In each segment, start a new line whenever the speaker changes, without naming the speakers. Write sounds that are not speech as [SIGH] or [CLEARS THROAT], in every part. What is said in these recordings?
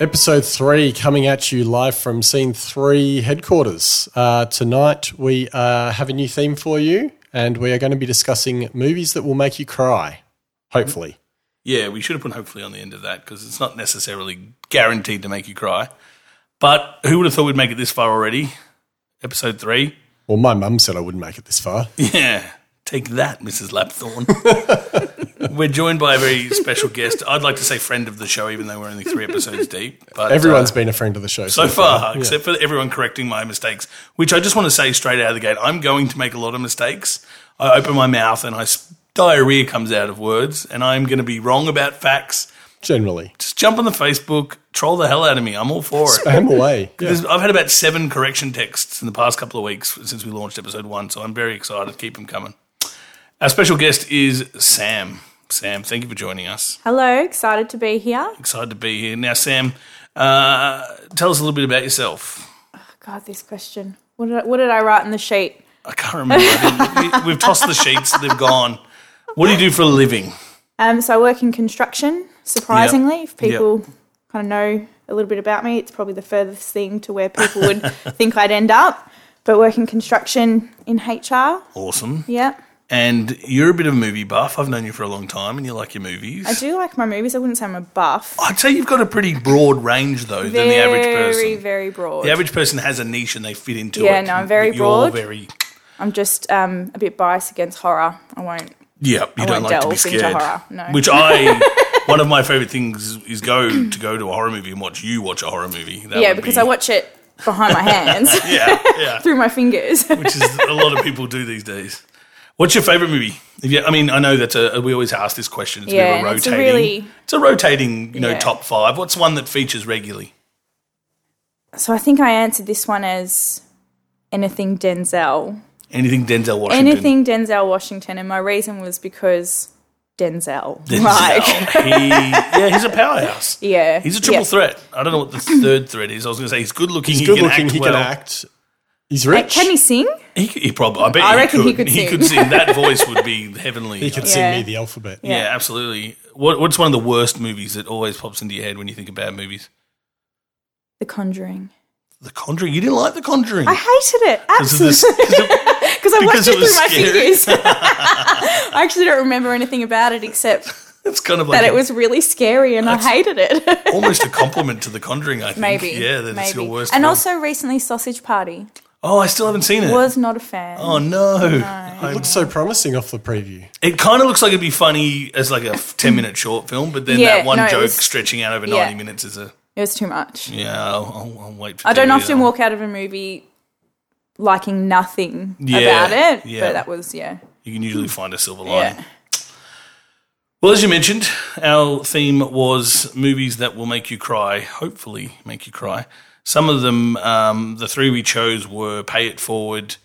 Episode three coming at you live from Scene Three headquarters. Uh, tonight we uh, have a new theme for you, and we are going to be discussing movies that will make you cry. Hopefully,
Yeah, we should have put hopefully on the end of that because it's not necessarily guaranteed to make you cry. But who would have thought we'd make it this far already? Episode three.
well, my mum said I wouldn't make it this
[LAUGHS]
far.
Yeah, take that, Mrs. Lapthorne. [LAUGHS] We're joined by a very special guest. I'd like to say friend of the show, even though we're only three episodes deep. But uh,
Everyone's been a friend of the show
so far, except for everyone correcting my mistakes, which I just want to say straight out of the gate, I'm going to make a lot of mistakes. I open my mouth and I s- diarrhea comes out of words, and I'm going to be wrong about facts.
Generally,
Just jump on the Facebook, troll the hell out of me. I'm all for it. [LAUGHS]
spam away. Yeah.
There's- I've had about seven correction texts in the past couple of weeks since we launched episode one, so I'm very excited. Keep them coming. Our special guest is Sam. Sam, thank you for joining us.
Hello, excited to be here.
Excited to be here. Now, Sam, uh, tell us a little bit about yourself.
God, this question. What did I, what did I write in the sheet?
I can't remember. I didn't- we, we've tossed the sheets. They've gone. What do you do for a living?
Um, so I work in construction. Surprisingly, if people kind of know a little bit about me, it's probably the furthest thing to where
[LAUGHS]
people would think I'd end up. But work in construction in HR.
Awesome.
Yeah,
And you're a bit of a movie buff. I've known you for a long time, and you like your movies.
I do like my movies. I wouldn't say I'm a buff.
I'd say you've got a pretty broad range, though, than the average
Very,
person.
very broad.
The average person has a niche and they fit into
Yeah,
it.
no, I'm very
But you're
broad.
Very.
I'm just um, a bit biased against horror. I won't.
Yeah, you don't
won't
like to be
delve into
scared.
horror, no.
Which
[LAUGHS]
I, one of my favorite things is go to go to a horror movie and watch you watch a horror movie. That
yeah,
would
because
be-
I watch it behind my hands
[LAUGHS] Yeah, yeah.
[LAUGHS] through my
[LAUGHS]
fingers.
which
[LAUGHS]
is a lot of people do these days. What's your favorite movie? If you- I mean, I know that's a we always ask this question. It's a bit
Yeah,
of a
and it's a
rotating.
really-
it's a rotating, you know,
Yeah.
top five. What's one that features regularly?
So I think I answered this one as anything Denzel.
Anything Denzel Washington?
Anything Denzel Washington. And my reason was because Denzel.
Denzel. [LAUGHS]
Like,
He, yeah, he's a powerhouse.
[LAUGHS] yeah.
He's a triple
yeah.
threat. I don't know what the third threat is. I was going to say he's good looking.
He's
he
good
can
looking.
act
He
well.
can act. He's
Like,
rich.
can he sing?
He, could- he probably. I bet
I
he
reckon
could.
he could
He
sing.
could sing.
[LAUGHS]
That voice would be heavenly.
He could
Yeah.
sing me the alphabet.
yeah, absolutely. What, what's one of the worst movies that always pops into your head when you think about movies?
The Conjuring.
The Conjuring. You didn't like The Conjuring.
I hated it.
Because
[LAUGHS]
of [LAUGHS] this-
Absolutely.
'cause of-
Because I
because
watched
it
it
was
through my
scary. [LAUGHS]
fingers. I actually don't remember anything about it except
It's kind of like
that it
a-
was really scary and I hated it.
[LAUGHS]
[LAUGHS]
almost a compliment to The Conjuring. I think.
Maybe.
Yeah, that
maybe.
it's your worst.
and
film.
also recently Sausage Party.
oh, I still haven't seen it.
Was not a fan.
oh no!
It looks so promising off the preview.
It kind of looks like it'd be funny as like a ten-minute short film, but then
Yeah,
that one
no, it
joke
was-
stretching out over
yeah.
ninety minutes is a
It was too much.
yeah. I'll, I'll, I'll wait. For
I don't
DVD
often
though.
walk out of a movie liking nothing
Yeah,
about it.
yeah.
But that was yeah.
You can usually find a silver lining.
Mm. Yeah.
Well, as you mentioned, our theme was movies that will make you cry, hopefully make you cry. Some of them, um, the three we chose were Pay It Forward,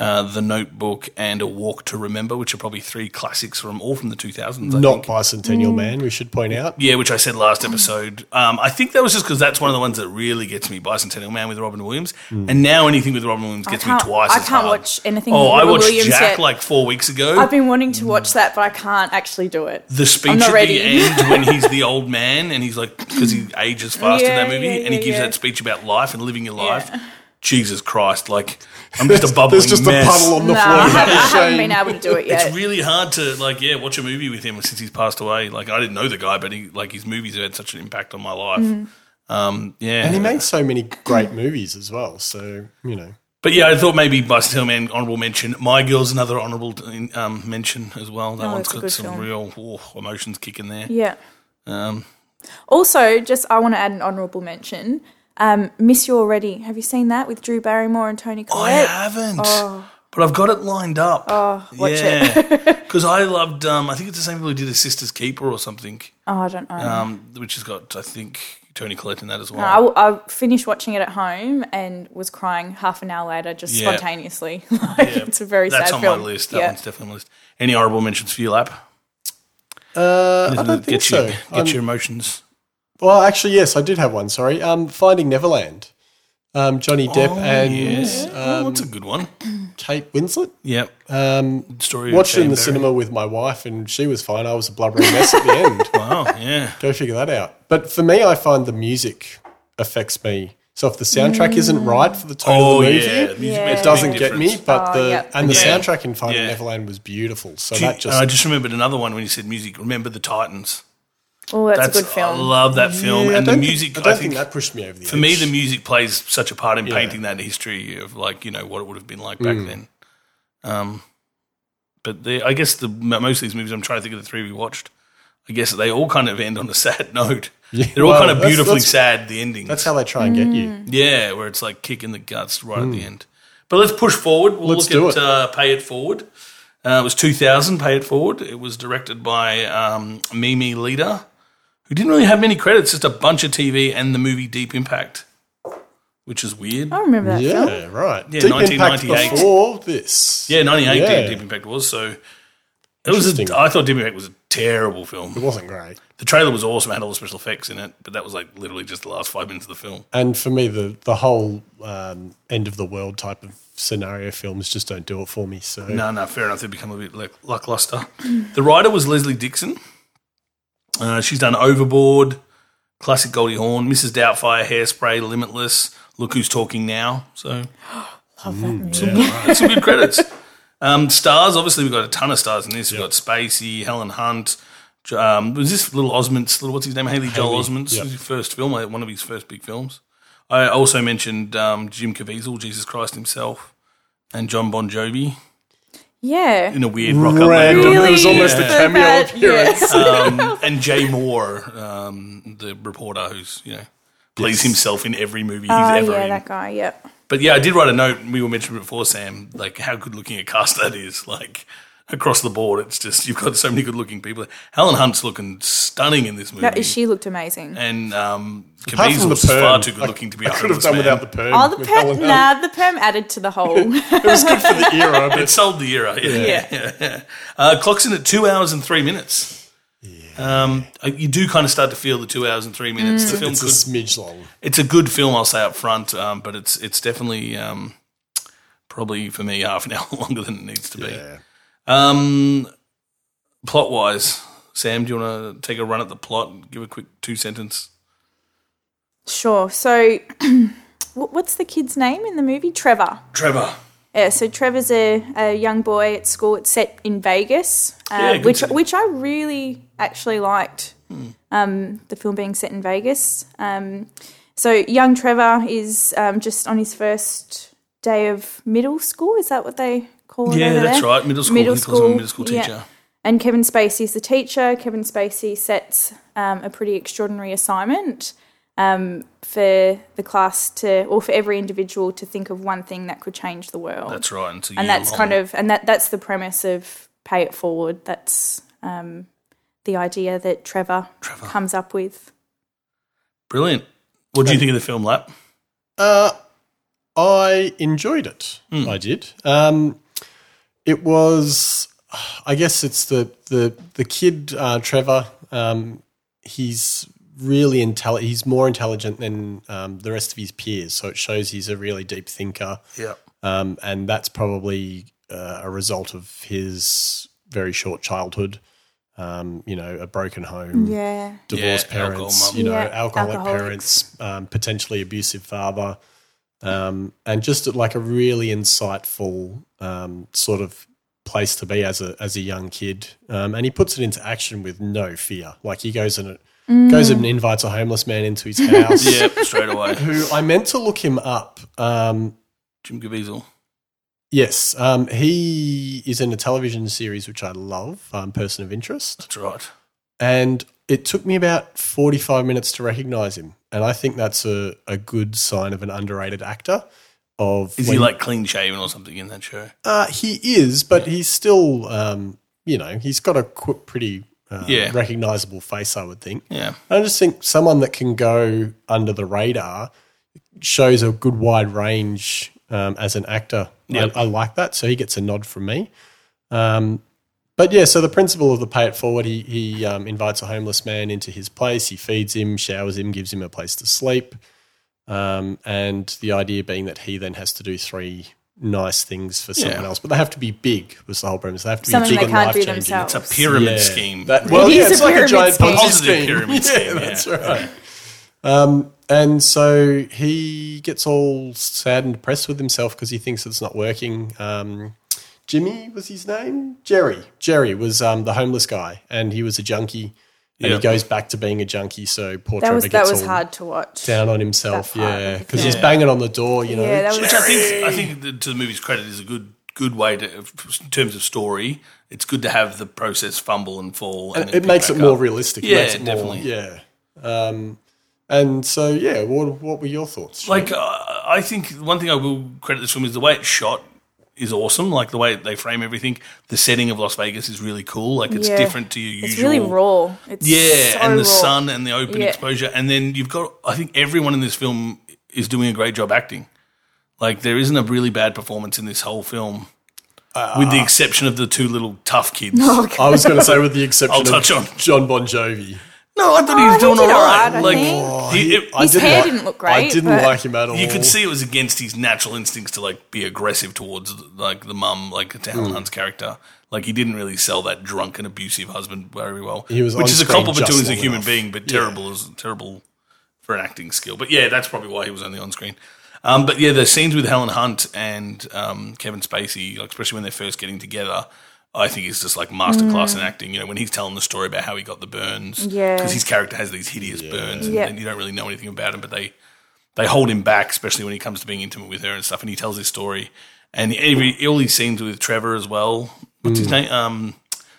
uh, The Notebook, and A Walk to Remember, which are probably three classics from all from the 2000s. I
Not
Mm.
bicentennial man. We should point out.
yeah, which I said last episode. Um, I think that was just because that's one of the ones that really gets me. Bicentennial Man with Robin Williams,
Mm.
and now anything with Robin Williams gets me
can't-
twice.
I
as
can't
hard.
watch anything
Oh,
with
I
Robin
watched
Williams
Jack
yet.
like four weeks ago.
I've been wanting to watch that, but I can't actually do it.
the speech
I'm
at
not
the
ready. [LAUGHS]
end when he's the old man and he's like because he ages fast in that
Yeah,
movie
yeah,
and he
yeah,
gives
yeah.
that speech about life and living your life.
Yeah.
Jesus Christ!
[LAUGHS]
Like I'm just a bubbling
There's just
mess.
a puddle on the
no,
floor.
I haven't, I
Shame.
haven't been able to do it
[LAUGHS]
yet.
It's really hard to like yeah watch a movie with him since he's passed away. Like I didn't know the guy, but he like his movies have had such an impact on my life.
Mm-hmm.
Um, yeah,
And he made so many great movies as well. So, you know,
but yeah, I thought maybe Bust Man honorable mention. My Girl's another honorable um, mention as well. That
Oh,
one's
it's a
got
good
some
film.
real oh, emotions kicking there.
yeah.
Um,
Also, just I want to add an honourable mention. Um, Miss You Already. Have you seen that with Drew Barrymore and Tony
Oh, I
Collette?
haven't. But I've got it lined up. Oh,
Oh. watch [LAUGHS]
Because I loved, um, I think it's the same people who did A Sister's Keeper or something,
Oh, I don't know.
um, which has got, I think, Tony Collette in that as well.
I, I finished watching it at home and was crying half an hour later, just
Yeah.
spontaneously. [LAUGHS] Like, It's a very
That's
sad
on
film.
my list. That
Yeah.
one's definitely on my list. Any honorable mentions for your lap?
uh, I don't
Get
think
your,
so.
Get
I'm-
your emotions.
Well, actually, yes, I did have one. Sorry, um, Finding Um, Neverland. um, Johnny Depp
Oh,
and
yes. oh,
um,
that's a good one.
Kate Winslet.
Yep.
Um,
Story
watched it
of
in the
Jane Barry.
cinema with my wife, and she was fine. I was a blubbering mess at the
[LAUGHS]
end.
Wow. Oh, Yeah.
Go figure that out. But for me, I find the music affects me. So if the
Mm.
soundtrack isn't right for the tone
Oh
of the movie,
yeah. Music
Yeah.
makes a
it doesn't
big
get me.
difference.
But
Oh,
the
yep.
and the
Yeah.
soundtrack in Finding
Yeah. uh,
Neverland was beautiful. So
Do you-
that just
and I just remembered another one when you said music. Remember the Titans.
Oh, that's,
That's
a good film.
I love that film
Yeah, I
and the
don't thi-
music.
I don't
I
think,
think
that pushed me over the edge.
for me, the music plays such a part in painting that history of like you know what it would have been like
Mm.
back then. Um, but the, I guess the mo- most of these movies, I'm trying to think of the three we watched. I guess they all kind of end on a [LAUGHS] sad note.
Yeah,
They're all
well,
kind of
that's-
beautifully
that's-
sad. The endings,
that's how they try and get
Mm,
you.
yeah, where it's like kicking the guts right at the end. But let's push forward. We'll
Hmm. Let's
look
do
at
it.
Uh, Pay It Forward. Uh, it was 2000, Pay It Forward. It was directed by um, Mimi Leader, who didn't really have many credits, just a bunch of TV and the movie Deep Impact, which is weird.
I remember that film.
Yeah, right.
Yeah,
Deep Impact
1998.
before this.
Yeah, 98
Yeah.
Deep Impact was. So it was.
Interesting.
A, I thought Deep Impact was a terrible
It
film.
wasn't great.
The trailer was awesome, had all the special effects in it, but that was like literally just the last five minutes of the film.
And for me, the the whole um, end of the world type of scenario films just don't do it for me. So
No, no, fair enough. They've become a bit luck- lackluster. the writer was Leslie Dixon. Uh, she's done Overboard, Classic Goldie Hawn, Mrs. Doubtfire, Hairspray, Limitless, Look Who's Talking Now. So
Love Oh, that movie.
that's some good credits. Um, stars, obviously, we've got a ton of stars in this. We've got Spacey, Helen Hunt. Jo- Um, was this little Osment's, little, what's his name? Haley Joel Osment's
yeah.
was his first film, like, one of his first big films. I also mentioned um, Jim Caviezel, Jesus Christ himself, and John Bon Jovi
Yeah.
in a weird rock up
Random.
later on.
It was almost
Yeah.
a cameo
That-
appearance.
[LAUGHS] yeah.
um,
[LAUGHS]
and Jay Moore, um, the reporter who's you know plays himself in every movie he's
Oh,
ever
yeah,
in.
that guy. Yep.
Mm.
but yeah, I did write a note. We were mentioning before, Sam, like how good looking a cast that is. Like across the board, it's just you've got so many good looking people. Helen Hunt's looking stunning in this movie,
No, she looked amazing.
and um,
Apart from the
Caviezel's far
perm,
too good
I-
looking to be.
I
a
could have
homeless
done
man.
without the perm.
Oh, the
with Helen
perm.
Hunt.
Nah, the perm added to
[LAUGHS]
the whole.
It was good [LAUGHS] for the era, but
It sold the era. Yeah.
Yeah.
Uh, clocks in at two hours and three minutes. Um, you do kind of start to feel the two hours and three minutes.
Mm.
The film
it's a
could
smidge long.
it's a good film, I'll say up front, um, but it's it's definitely um, probably for me [LAUGHS] half an hour longer than it needs to be.
Yeah.
Um, plot wise, Sam, do you want to take a run at the plot and give a quick two sentence?
[LAUGHS] sure. So, [CLEARS THROAT] wh- what's the kid's name in the movie? Trevor.
Trevor.
Yeah, Uh, so Trevor's a, a young boy at school. It's set in Vegas,
Yeah,
uh,
good Hmm.
which
city.
which I really actually liked. Um, the film being set in Vegas. Um, so young Trevor is um, just on his first day of middle school. Is that what they call it?
Yeah,
over
that's
there?
right. Middle school.
Middle
he calls him a
school,
middle school
yeah.
teacher.
And Kevin Spacey's the teacher. Kevin Spacey sets um, a pretty extraordinary assignment um, for the class to, or for every individual to think of one thing that could change the world
That's right. And, so
and that's kind of and that that's the premise of pay it forward that's um, the idea that trevor, comes up with
brilliant. What do you think of the film, Lap?
Uh, I enjoyed it. I did. Um, it was, I guess, it's the the the kid uh, Trevor. Um, he's really intelligent. He's more intelligent than um, the rest of his peers, so it shows he's a really deep thinker.
Yeah.
Um, and that's probably uh, a result of his very short childhood. Um, you know, a broken home,
yeah
divorced
Yeah, alcohol
parents,
mum.
you know,
Yeah,
alcoholic
alcoholics.
parents, um, potentially abusive father, um, and just like a really insightful um, sort of place to be as a as a young kid. Um, and he puts it into action with no fear. Like he goes and goes
Mm.
and invites a homeless man into
[LAUGHS]
his house.
Yeah, straight away. [LAUGHS]
Who I meant to look him up. Um,
Jim Caviezel.
yes, um, he is in a television series which I love, um, Person of Interest.
That's right.
and it took me about 45 minutes to recognize him and i think that's a, a good sign of an underrated actor of
Is he
when-
like clean shaven or something in that show?
uh, he is but he's still um, you know he's got a qu- pretty uh,
Yeah.
recognizable face i would think
Yeah.
and i just think someone that can go under the radar shows a good wide range um, as an actor
Yep.
I, I like that so he gets a nod from me Um, But yeah, so the principle of the pay it forward, he, he um, invites a homeless man into his place. He feeds him, showers him, gives him a place to sleep. Um, and the idea being that he then has to do three nice things for someone else, but they have to be big. Was the whole premise? They have to
Something
be big
they
and
can't
life
do
changing.
themselves.
It's a pyramid scheme.
That, well,
It
yeah,
is
it's
a
like a
pyramid
giant
scheme.
Ponzi
Positive
scheme. [LAUGHS]
pyramid
yeah,
scheme, yeah.
that's right. Um, and so he gets all sad and depressed with himself because he thinks it's not working. Um, Jimmy was his name. Jerry. Jerry was um, the homeless guy, and he was a junkie. And
Yeah.
he goes back to being a junkie. So poor
That
Trevor
was that
gets
was
all
hard to watch.
down on himself.
that part.
Yeah, because he's
Yeah.
banging on the door. You know,
Yeah, that was
Which I think, I think the, to the movie's credit, is a good good way to, in terms of story. It's good to have the process fumble and fall. And
And
then
it
pick
makes it
back
more
up.
realistic. it
Yeah,
makes it more,
definitely.
Yeah. Um, and so, yeah, what, what were your thoughts?
Like, uh, I think one thing I will credit this film is the way it's shot is awesome. Like, the way they frame everything, the setting of Las Vegas is really cool. Like, it's
Yeah.
different to your usual.
It's really raw. It's
Yeah,
so
and the
raw. [LAUGHS]
sun and the open
Yeah.
exposure. And then you've got, I think everyone in this film is doing a great job acting. Like, there isn't a really bad performance in this whole film, with
Ah.
the exception of the two little tough kids.
Oh,
No,
I was going to say, with the
I'll
exception of
touch on-
John Bon Jovi,
I thought he
Oh,
was
he
doing all
did all
right.
right, I
like,
think.
he- it-
I didn't
hair
like,
didn't look
I
great,
didn't
but-
like him at all.
you could see it was against his natural instincts to like be aggressive towards like the mum, like to
Hmm.
Helen Hunt's character. Like he didn't really sell that drunk and abusive husband very well.
He was
which
on
is a
screen
compliment
just
to him as a
long
human
enough.
being, but terrible as terrible for an acting skill. But yeah, that's probably why he was only on screen. Um, but yeah, the scenes with Helen Hunt and um, Kevin Spacey, like especially when they're first getting together. I think is just like masterclass in acting. You know, when he's telling the story about how he got the burns,
Hmm. Yeah.
because his character has these hideous burns, and,
Yeah.
and you don't really know anything about him, but they they hold him back, especially when he comes to being intimate with her and stuff. And he tells his story, and every all these scenes with Trevor as well. What's
Hmm.
his name? Um,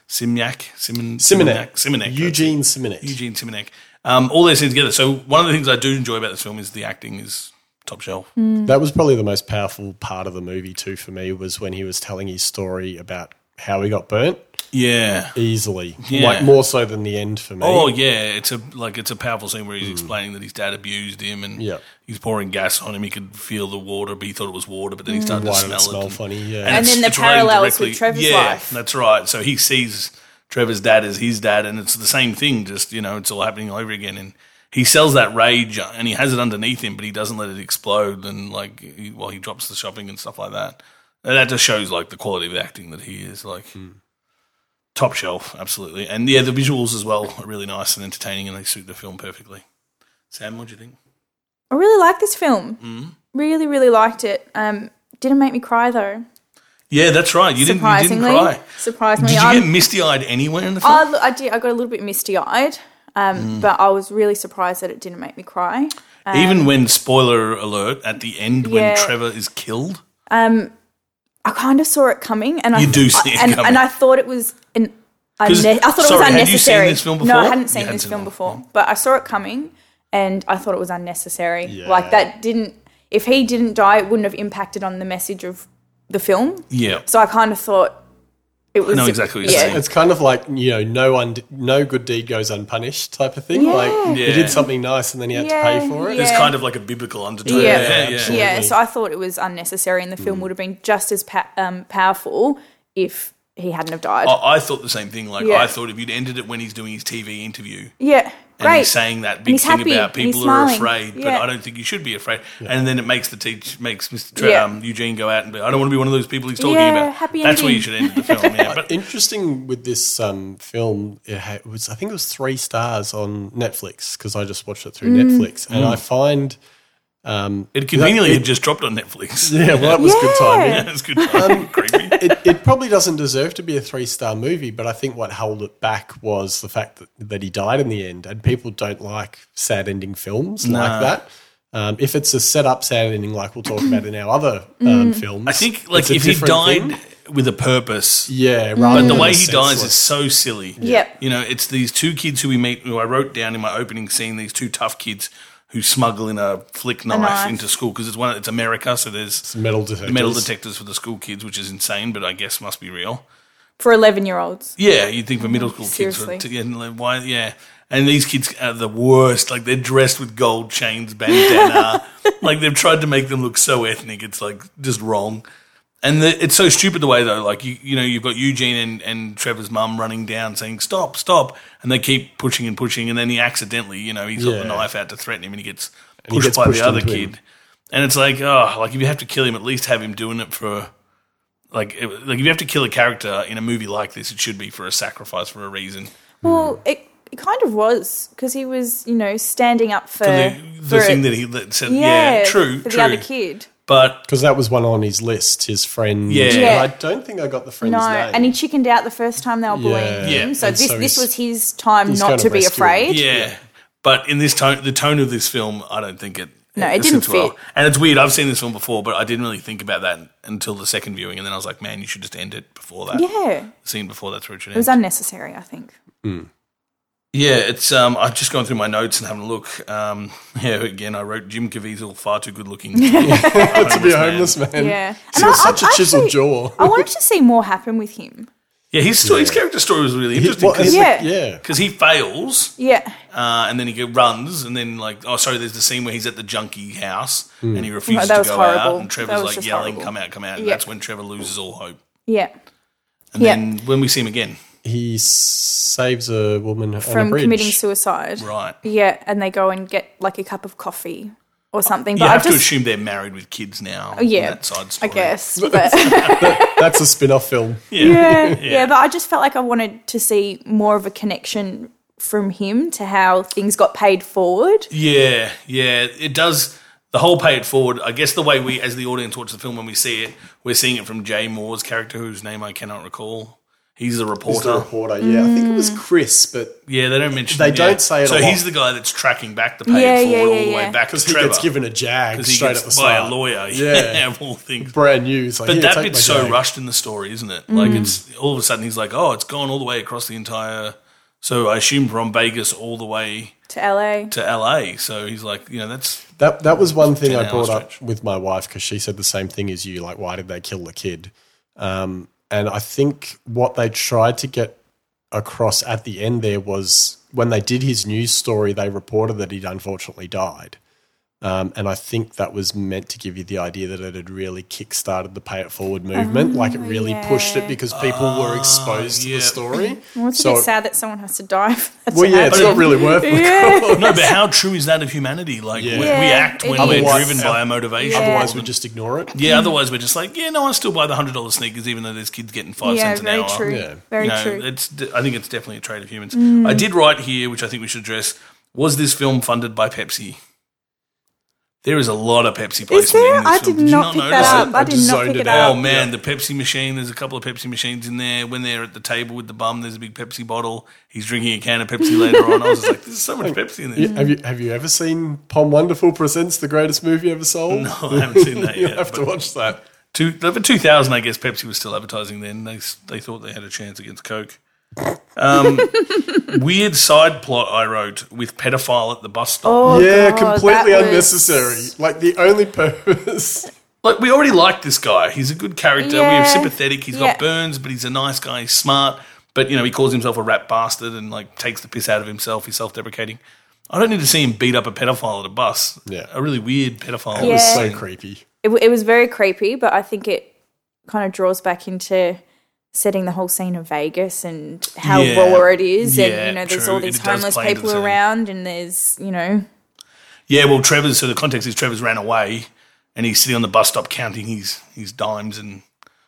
Simyak, Simon,
Simonek.
Simonek,
Eugene Simonek.
Eugene Simonek. Um, all those scenes together. So one of the things I do enjoy about this film is the acting is top shelf.
Mm.
That was probably the most powerful part of the movie, too, for me, was when he was telling his story about how he got burnt
Yeah.
easily,
Yeah.
like more so than the end for me.
Oh yeah, it's a like it's a powerful scene where he's explaining that his dad abused him and
Hmm. Yeah.
he's pouring gas on him. He could feel the water, but he thought it was water, but then he started
Why
to
did
smell
it
it.
smell
and-
funny? Yeah.
And
it's-
then the
it's related
parallels with
directly-
Trevor's
yeah,
life.
That's right. So he sees Trevor's dad as his dad, and it's the same thing. Just you know, it's all happening all over again. And he sells that rage, uh, and he has it underneath him, but he doesn't let it explode. And like, he, well, he drops the shopping and stuff like that. And that just shows like the quality of acting that he is like.
Hmm.
Top shelf, absolutely, and yeah, the visuals as well are really nice and entertaining, and they suit the film perfectly. Sam, what do you think?
I really like this film.
Mm-hmm.
Really, really liked it. Um, didn't make me cry though.
Yeah, that's right. You didn't, you didn't
Surprisingly, Oh,
cry.
surprisingly,
Did you
I'm-
get misty-eyed anywhere in the film?
I, l- I did. I got a little bit misty eyed, um,
Mm.
but I was really surprised that it didn't make me cry.
Even when spoiler alert at the end when
Um, Yeah.
Trevor is killed,
I kind of saw it coming, and
You
I,
do see it
and,
coming.
and I thought it was an. Unne-
'Cause-
I thought
sorry,
it was
had you seen
unnecessary.
this film
No, I
before?
hadn't
You
seen
hadn't
this
seen
film
it.
before, but I saw it coming, and I thought it was unnecessary.
Yeah.
Like that didn't. If he didn't die, it wouldn't have impacted on the message of the film.
yeah,
So I kind of thought it was.
know exactly what you're saying.
It's kind of like you know, no one, no good deed goes unpunished type of thing. Like
Yeah.
he did something nice and then he had to pay
Yeah,
for it.
yeah.
it's kind of like a biblical undertone.
Yeah.
yeah, yeah.
absolutely.
Yeah, so I thought it was unnecessary, and the
Mm.
film would have been just as pa- um, powerful if he hadn't have died.
I, I thought the same thing. Like
Yeah.
I thought if you'd ended it when he's doing his TV interview
yeah,
and
great.
he's saying that big
he's
thing
happy,
about
and he's
people are
smiling.
afraid, but
Yeah.
I don't think you should be afraid. And then it makes the teach makes Mr. Tre-
Yeah.
um, Eugene go out and be, I don't want to be one of those people he's talking
Yeah,
about.
happy
That's where you should
ending.
end the film. Yeah, but
Interesting with this um, film, it ha- it was I think it was three stars on Netflix because I just watched it through Netflix, and
Mm.
I
[LAUGHS]
find [LAUGHS]
it conveniently had just dropped on Netflix.
yeah, Um, well, that was good timing.
[LAUGHS]
Yeah.
That's good. Creepy.
It, it probably doesn't deserve to be a three star movie, but I think what held it back was the fact that, that he died in the end, and people don't like sad ending films like that. Um, if it's a set up sad ending, like we'll talk about in our other um, films,
I think like
it's a
if he
different
died
thing.
with a purpose,
yeah, rather
But the
than
way
a
he dies
senseless-
is so silly.
Yep.
You know, it's these two kids who we meet, who I wrote down in my opening scene, these two tough kids who smuggle in a flick knife,
knife.
into school because it's one, it's America, so there's
metal detectors.
metal detectors for the school kids, which is insane, but I guess must be real.
For eleven-year-olds,
Yeah, you'd think for middle school
Seriously.
kids, would- yeah, like, why? Yeah, and these kids are the worst. Like they're dressed with gold chains, bandana. like they've tried to make them look so ethnic. It's like just wrong. And the, it's so stupid the way though. Like you, you know, you've got Eugene and, and Trevor's mum running down saying stop, stop, and they keep pushing and pushing, and then he accidentally, you know, he's got
Yeah.
the knife out to threaten him, and he gets
And he
pushed
gets
by
pushed
the other
into him.
kid. And it's like, oh, like if you have to kill him, at least have him doing it for, like, it- like if you have to kill a character in a movie like this, it should be for a sacrifice for a reason.
Well, it, it kind of was because he was, you know, standing up
For
for,
the, the
for
thing
it.
that he that said, yeah, true,
for
true.
the other kid.
But
Because that was one on his list, his friend.
Yeah.
Yeah.
I don't think I got the friend's
No,
name.
and he chickened out the first time they were bullying
Yeah.
him.
Yeah,
So
and
this
so
this
he's-
was his time
he's
not
kind
to
of
be
rescuing-
afraid.
yeah. but in this tone, the tone of this film, I don't think it.
No, it
sits
didn't fit.
And it's weird. I've seen this film before, but I didn't really think about that until the second viewing, and then I was like, man, you should just end it before that.
Yeah.
The scene before that's where it should
It was
end.
unnecessary, I think.
Yeah, it's. Um, I've just gone through my notes and having a look. Um, yeah, again, I wrote Jim Caviezel, far too good looking.
[LAUGHS] to be a homeless man. [LAUGHS]
Yeah.
He's got such a chiseled jaw. [LAUGHS]
I wanted to see more happen with him.
Yeah, his story, his character story was really
He-
interesting
what-
because
Yeah.
yeah.
he fails
Yeah.
uh, and then he go- runs and then like oh sorry, there's the scene where he's at the junkie house
Hmm.
and he refuses
that
to
was
go
horrible.
out and
That
Trevor's
was
like
just
yelling,
horrible.
"Come out, come out!" And
Yeah.
that's when Trevor loses all hope.
Yeah.
And
Yeah.
then when we see him again,
He saves a woman on a
From
bridge.
committing suicide.
right?
Yeah. And they go and get like a cup of coffee or something.
You
But I
have to
just Oh,
assume they're married with kids now.
yeah.
that side
I
story. [LAUGHS]
guess. But
[LAUGHS] That's a spin off film.
yeah, yeah. But I just felt like I wanted to see more of a connection from him to how things got paid forward.
Yeah, yeah, it does. The whole pay it forward. I guess the way we, as the audience, watch the film when we see it, we're seeing it from Jay Moore's character, whose name I cannot recall. He's
He's
a
the
reporter.
reporter. Yeah, I think it was
Mm.
Chris, but
yeah, they don't mention.
They
it,
don't
yeah.
say it a
So
lot.
he's the guy that's tracking back the pay
Yeah,
it
yeah,
forward all
yeah,
the way
yeah.
back to
because he
Trevor
gets given a jag
'cause he
straight
gets
at the
by
start.
a lawyer. [LAUGHS]
Yeah.
Yeah, of all things.
Brand new. It's like,
But
"Here,
that
take
bit's
my
so
jag."
rushed in the story, isn't it? Like
Mm.
it's all of a sudden he's like, oh, it's gone all the way across the entire. So I assume from Vegas all the way
To LA.
to LA. So he's like, you know, that's
That that was one thing I
hours
brought up with my wife because she said the same thing as you. Like, why did they kill the kid? Um, and I think what they tried to get across at the end there was when they did his news story, they reported that he'd unfortunately died. Um, and I think that was meant to give you the idea that it had really kick-started the pay it forward movement. like it
Oh,
really pushed it because people were exposed to
yeah.
the story.
Well, it's a
So-
bit sad that someone has to die for that
Well,
to
yeah, it's
happen.
not
[LAUGHS]
really worth it.
No, but how true is that of humanity? Like we, we
Yeah,
act
it
when
is.
we're
Otherwise-
driven by a motivation.
Otherwise, we'd just ignore it.
yeah, otherwise we're just like, yeah, no, I still buy the hundred dollars sneakers, even though this kid's getting five
yeah,
cents an
very
hour.
true.
Yeah.
Very
You know,
true. Mm.
it's. d- I think it's definitely a trait of humans. I did write here, which I think we should address. Was this film funded by Pepsi? There is a lot of Pepsi placement.
Is there?
In this
I
film.
did not pick
notice
that
it?
up. I
I
did
just
not
zoned
pick
it
it
out.
Oh
up.
man, the Pepsi machine. There's a couple of Pepsi machines in there. When they're at the table with the bum, there's a big Pepsi bottle. He's drinking a can of Pepsi later on. I was just like, there's so much Pepsi in
Yeah,
this.
Have
Mm.
you have you ever seen Pom Wonderful presents the greatest movie ever sold?
No, [LAUGHS] I haven't seen
[LAUGHS]
that
you
yet.
have to
but
watch that.
two, over 2000, I guess Pepsi was still advertising then. They s- they thought they had a chance against Coke. Um, [LAUGHS] weird side plot I wrote with pedophile at the bus stop.
Oh,
yeah,
God,
completely
that was-
unnecessary. Like the only purpose. [LAUGHS]
Like we already like this guy. He's a good character. We're
Yeah.
sympathetic. He's
Yeah.
got burns, but he's a nice guy. He's smart. But you know, he calls himself a rat bastard and like takes the piss out of himself. He's self-deprecating. I don't need to see him beat up a pedophile at a bus.
Yeah.
a really weird pedophile.
It was
Yeah.
so creepy.
It, w- it was very creepy, but I think it kind of draws back into setting the whole scene of Vegas and how
Yeah.
raw it is.
Yeah,
and, you know, there's
true.
all these
It does
homeless
play into
people
the scene.
around, and there's, you know,
Yeah, well, Trevor's. So the context is Trevor's ran away, and he's sitting on the bus stop counting his his dimes and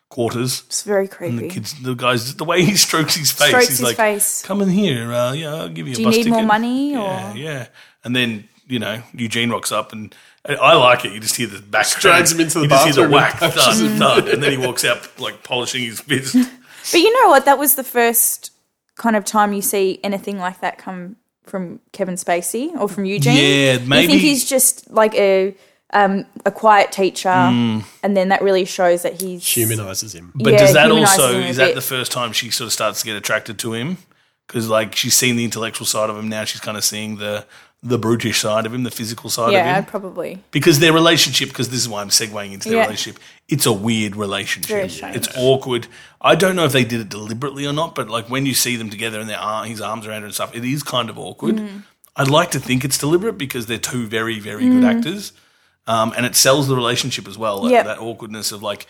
quarters.
it's very creepy.
Kids, the guys, the way he strokes his face,
Strokes
he's
his
like,
face.
"Come in here, uh, yeah, I'll give you a
you
bus
need more
ticket."
money,
Yeah,
or-
yeah. And then you know Eugene rocks up, and and I like it. You just hear the back
Drags him into the
you just hear
bathroom
the
and
whack,
[LAUGHS]
thud,
punches
thud, and
[LAUGHS]
then he walks out like polishing his fist.
But you know what? That was the first kind of time you see anything like that come from Kevin Spacey or from Eugene.
Yeah,
You
maybe-
think he's just like a um, a quiet teacher, and then that really shows that he's
Humanizes him.
Mm. But
Yeah,
does that
humanises
also
him a
is that
bit.
the first time she sort of starts to get attracted to him? Because like she's seen the intellectual side of him now, she's kind of seeing the the brutish side of him, the physical side
Yeah,
of him.
probably.
Because their relationship, because this is why I'm segueing into their
Yeah.
relationship, it's a weird relationship.
Very strange.
It's awkward. I don't know if they did it deliberately or not, but like when you see them together and their arm, his arms around her and stuff, it is kind of awkward.
Mm.
I'd like to think it's deliberate because they're two very, very good actors, um, and it sells the relationship as well. Like,
Mm. Yep.
That awkwardness of like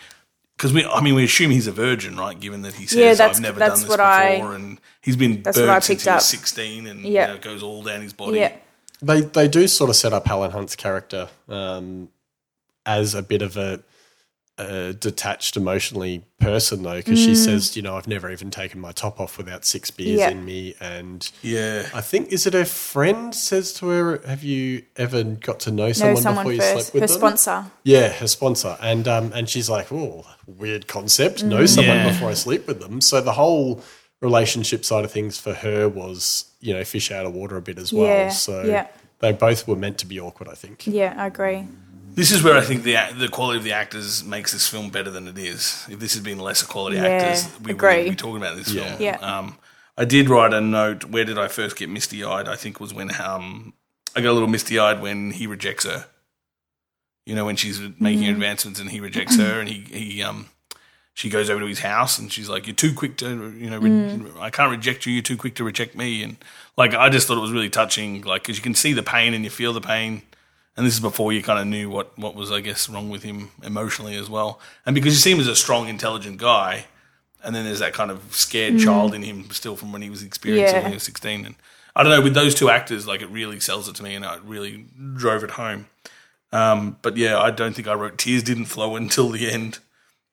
because we, I mean, we assume he's a virgin, right? Given that he says,
that's-
"I've never
that's
done this
what
before,"
I-
and he's been
that's
burnt
what I
since
picked
he
up.
was sixteen, and you
Yeah.
know, it goes all down his body.
Yeah,
they they do sort of set up Alan Hunt's character um, as a bit of a, a detached, emotionally person though, because she says, you know, I've never even taken my top off without six beers
Mm. Yeah.
in me, and
Yeah.
I think is it her friend says to her, "Have you ever got to know
know
someone,
someone
before you
first.
slept with
Her
them?"
sponsor.
Yeah, her sponsor, and um, and she's like, "Oh, weird concept. Know someone
Yeah.
before I sleep with them." So the whole relationship side of things for her was, you know, fish out of water a bit as well.
Yeah,
So
yeah.
they both were meant to be awkward, I think.
Yeah, I agree.
This is where I think the act- the quality of the actors makes this film better than it is. If this had been lesser quality
Yeah,
actors, we
agree.
wouldn't be talking about this film.
Yeah.
Um, I did write a note. Where did I first get misty eyed? I think was when um, I got a little misty eyed when he rejects her. You know, when she's
Mm-hmm.
making advancements and he rejects her, and he he um, she goes over to his house and she's like, "You're too quick to, you know, re- I can't reject you. You're too quick to reject me." And like, I just thought it was really touching, like, because you can see the pain and you feel the pain. And this is before you kind of knew what what was, I guess, wrong with him emotionally as well. And because you see him as a strong, intelligent guy, and then there's that kind of scared child in him still from when he was experiencing when
Yeah.
he was 16. And I don't know, with those two actors, like, it really sells it to me, and it really drove it home. Um, but yeah, I don't think I wrote tears didn't flow [LAUGHS] until the end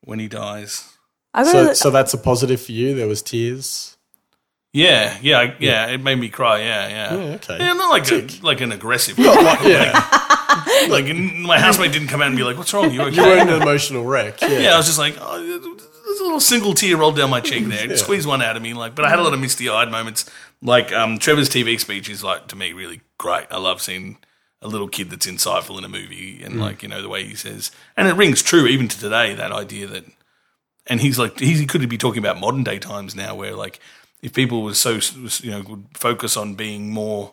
when he dies.
I got
So
a-
so that's a positive for you. There was tears.
Yeah, yeah, I- yeah. It made me cry. Yeah, yeah.
Yeah, okay.
Yeah, not like a, like an aggressive.
yeah,
like n- my housemate didn't come out and be like, "What's wrong? You
you
okay?"
were an emotional wreck. Yeah.
Yeah, I was just like, oh, "There's a little single tear rolled down my cheek there. It Squeezed one out of me." Like, but I had a lot of misty-eyed moments. Like um, Trevor's TV speech is like to me really great. I love seeing a little kid that's insightful in a movie, and like you know the way he says, and it rings true even to today. That idea that and he's like he's, he could be talking about modern day times now where like if people were so you know would focus on being more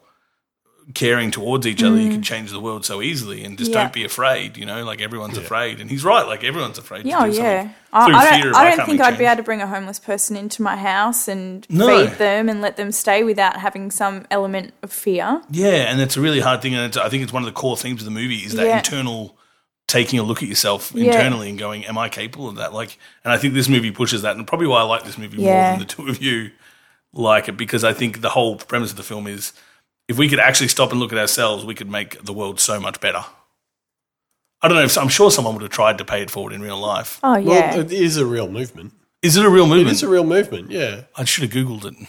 caring towards each other you could change the world so easily and just
Yeah.
don't be afraid you know like everyone's afraid and he's right like everyone's afraid
Yeah,
to do
yeah.
something
I,
through
I
fear
don't,
of
I
I
don't
can't
think
be
I'd be
changed.
able to bring a homeless person into my house and
No.
feed them and let them stay without having some element of fear.
yeah and it's a really hard thing and it's, i think it's one of the core themes of the movie is that
Yeah.
internal taking a look at yourself
Yeah.
internally and going am i capable of that like and i think this movie pushes that and probably why i like this movie more
Yeah.
than the two of you like it because I think the whole premise of the film is if we could actually stop and look at ourselves, we could make the world so much better. I don't know if I'm sure someone would have tried to pay it forward in real life.
Oh
Well,
yeah,
it is a real movement.
Is it a real
It
movement?
is a real movement. Yeah.
I should have googled it.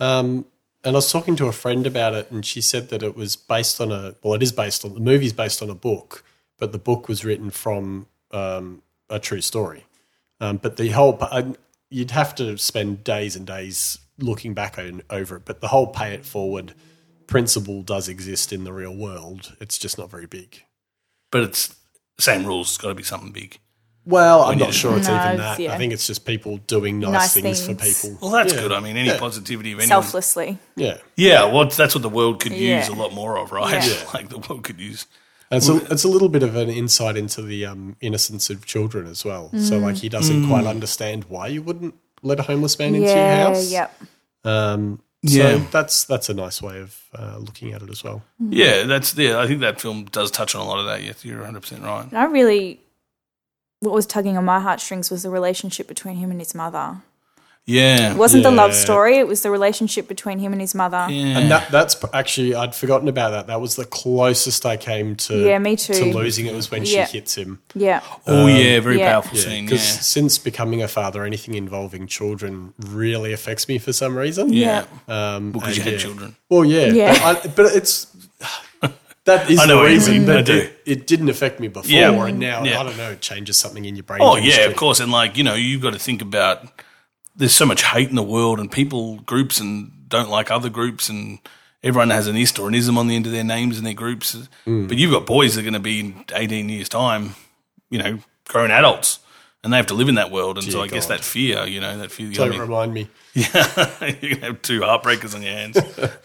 Um, and I was talking to a friend about it, and she said that it was based on a well, it is based on the movie's based on a book, but the book was written from um, a true story. Um, but the whole I, you'd have to spend days and days looking back on, over it. But the whole pay it forward principle does exist in the real world. It's just not very big.
But it's same rules, it's gotta be something big.
Well, I'm
you-
not sure it's
No,
even
it's-
that.
yeah.
I think it's just people doing nice,
Nice
things,
things.
for people.
Well that's
Yeah.
good. I mean any
Yeah.
positivity of anyone.
selflessly.
Yeah.
Yeah, well that's what the world could use
Yeah.
a lot more of, right?
Yeah.
[LAUGHS] like the world could use
And It's a, it's a little bit of an insight into the um, innocence of children as well. So, like, he
Mm.
doesn't quite understand why you wouldn't let a homeless man into
Yeah,
your house.
yep.
Um, so,
Yeah.
that's, that's a nice way of uh, looking at it as well.
Mm-hmm.
Yeah, that's yeah, I think that film does touch on a lot of that. Yeah, you're hundred percent right.
And I really, what was tugging on my heartstrings was the relationship between him and his mother.
Yeah.
It wasn't the love
Yeah.
story; it was the relationship between him and his mother.
yeah.
And that, that's p- actually, I'd forgotten about that. That was the closest I came to,
Yeah, me too.
to losing it was when
Yeah.
she hits him.
Yeah,
um,
oh yeah, very
yeah.
powerful scene.
Because
Yeah.
since becoming a father, anything involving children really affects me for some reason.
Yeah.
Um,
Because you
and
had
yeah.
children.
Well, yeah,
Yeah.
But, I, but it's that is
[LAUGHS] I know
the
what you
reason
mean, I
that
do.
it, it didn't affect me before,
Yeah.
and now
Yeah.
I don't know, it changes something in your brain.
Oh
chemistry.
yeah, of course. And like you know, you've got to think about. There's so much hate in the world, and people groups and don't like other groups, and everyone has an ist or an ism on the end of their names and their groups. But you've got boys that are going to be in 18 years' time, you know, grown adults, and they have to live in that world. And so
Dear
I guess
God.
that fear, you know, that fear. you know
Don't
what I
remind
mean?
me.
Yeah, [LAUGHS] you can have two heartbreakers on your
[LAUGHS]
hands.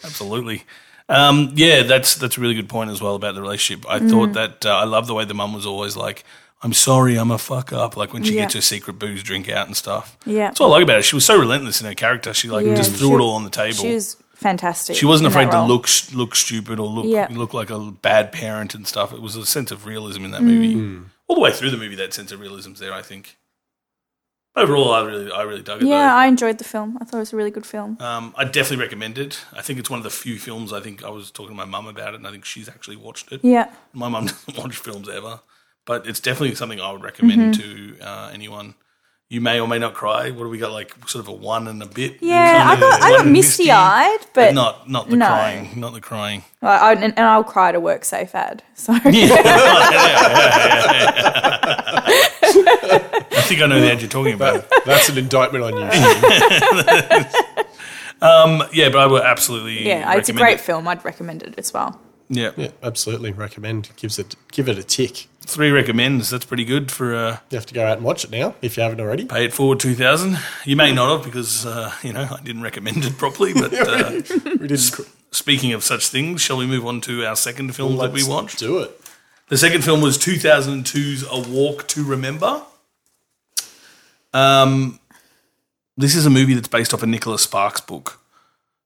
Absolutely. Um, yeah, that's that's a really good point as well about the relationship. I
Mm.
thought that uh, I love the way the mum was always like, "I'm sorry, I'm a fuck up." Like when she
Yeah.
gets her secret booze drink out and stuff.
Yeah.
that's what I like about it. She was so relentless in her character. She like
Yeah.
just threw
She-
it all on the table.
she
She, was,
was fantastic.
not
in that
afraid to
role.
look s- look stupid or look
Yeah.
look like a bad parent and stuff. It was
Mm.
a sense of realism in that movie. All the way through the movie, that sense of realism's there. I think. But Overall, I really, I really dug it.
Yeah, I enjoyed the film. I thought it was a really good film.
though. Um, I definitely recommend it. I think it's one of the few films. I think I was talking to my mum about it, and I think she's actually watched it.
Yeah.
My mum [LAUGHS] doesn't watch films ever, but it's definitely something I would recommend
Mm-hmm.
to uh, anyone. You may or may not cry. What do we got? Like sort of a one and a bit.
Yeah, I
Kinda
got I
one
got misty eyed, but
not not the
no.
crying, not the
[LAUGHS]
crying.
I, I- and, and I'll cry to work safe ad. [LAUGHS] So
I think I know the ad you're talking about.
[LAUGHS]
That's an indictment
[LAUGHS]
on you.
Yeah, but I would absolutely.
yeah, it's a
recommend
great
It.
film. I'd recommend it as well.
Yeah.
yeah, absolutely recommend. Gives it, give it a tick.
three recommends. That's pretty good for uh,
You have to go out and watch it now if you haven't
[LAUGHS]
already.
Pay It Forward 2000. You may not have because uh, you know I didn't recommend it properly. But uh,
We didn't.
speaking of such things, shall we move on to our second film that
[LAUGHS]
we
Let's
watched?
Do it.
The second film was 2002's A Walk to Remember. Um, this is a movie that's based off a Nicholas Sparks book.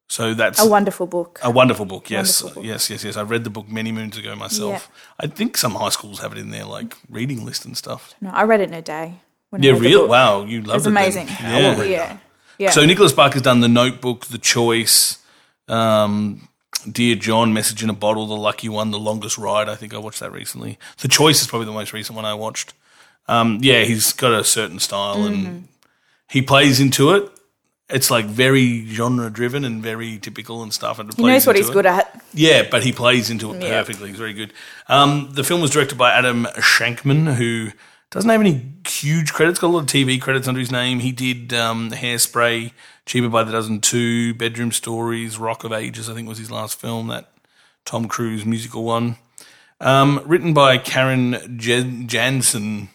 So that's
A wonderful book.
A wonderful book, yes,
Wonderful book.
yes, yes, yes. I read the book many moons ago myself. I think some high schools have it in their like reading list and stuff.
No, I read it in a day. when I
Yeah,
read the
real
book.
wow, you love
It was amazing.
Yeah.
yeah. Yeah.
So Nicholas Sparks has done The Notebook, The Choice, um, Dear John, Message in a Bottle, The Lucky One, The Longest Ride. I think I watched that recently. The Choice is probably the most recent one I watched. Um, yeah, he's got a certain style
Mm-hmm.
and he plays into it. It's like very genre driven and very typical and stuff. And
he knows what he's good at.
yeah, but he plays into it
Yeah.
perfectly. He's very good. Um, the film was directed by Adam Shankman, who doesn't have any huge credits. Got a lot of TV credits under his name. He did um, Hairspray, Cheaper by the Dozen, Two Bedroom Stories, Rock of Ages. I think was his last film. That Tom Cruise musical one. Um, written by Karen Jan- Jansen,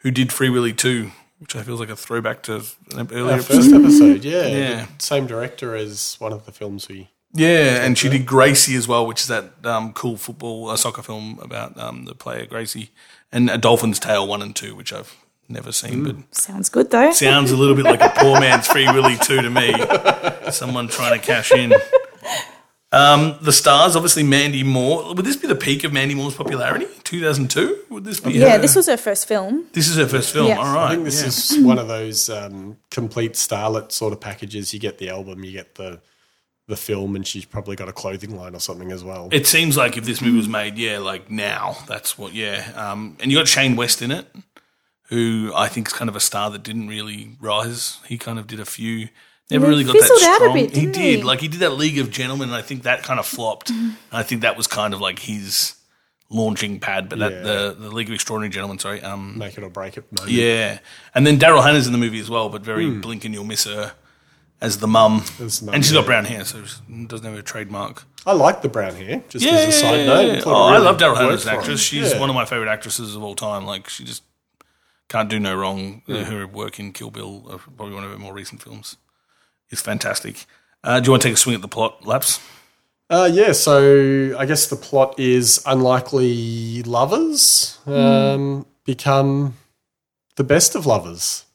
who did Free Willy Two, which I feel is like a throwback to an earlier
Our first episode, yeah,
Yeah.
The same director as one of the films we.
Yeah, and she did Gracie as well, which is that um, cool football uh, soccer film about um, the player Gracie and A Dolphin's Tale one and two, which I've never seen, but
Sounds good though.
sounds a little bit like a poor man's Free Willy two to me. Someone trying to cash in. Um, the stars, obviously, Mandy Moore. Would this be the peak of Mandy Moore's popularity? Two thousand two? Would this be?
yeah,
her-
this was her first film.
this is her first film.
Yeah.
All
I
right,
think this
Oh, yeah.
is one of those um, complete starlet sort of packages. You get the album, you get the the film, and she's probably got a clothing line or something as well.
It seems like if this movie was made, yeah, like now, that's what, yeah. Um, and you got Shane West in it, who I think is kind of a star that didn't really rise. He kind of did a few, never
He
really got that
fizzled out a
strong.
bit, didn't
he did,
he? Mm-hmm.
like he did that League of Gentlemen, and I think that kind of flopped. and I think that was kind of like his launching pad. But that the the League of Extraordinary Gentlemen, sorry, um,
Make it or break it. Moment.
yeah. And then Daryl Hannah's in the movie as well, but very blink and you'll miss her as the mum,
Hmm. As the mum,
and she's
yeah.
got brown hair, so she doesn't have a trademark.
I like the brown hair. Just
Yeah,
as a side note,
yeah,
thought
yeah.
it
Oh, I
really
love Daryl Hannah
worked
as
for
an
him.
actress. She's
Yeah.
one of my favorite actresses of all time. Like she just can't do no wrong. Uh, Her work in Kill Bill, uh, probably one of her more recent films, is fantastic. Uh, do you want to take a swing at the plot, Laps?
Uh, yeah, so I guess the plot is unlikely lovers
Hmm.
um, become the best of lovers.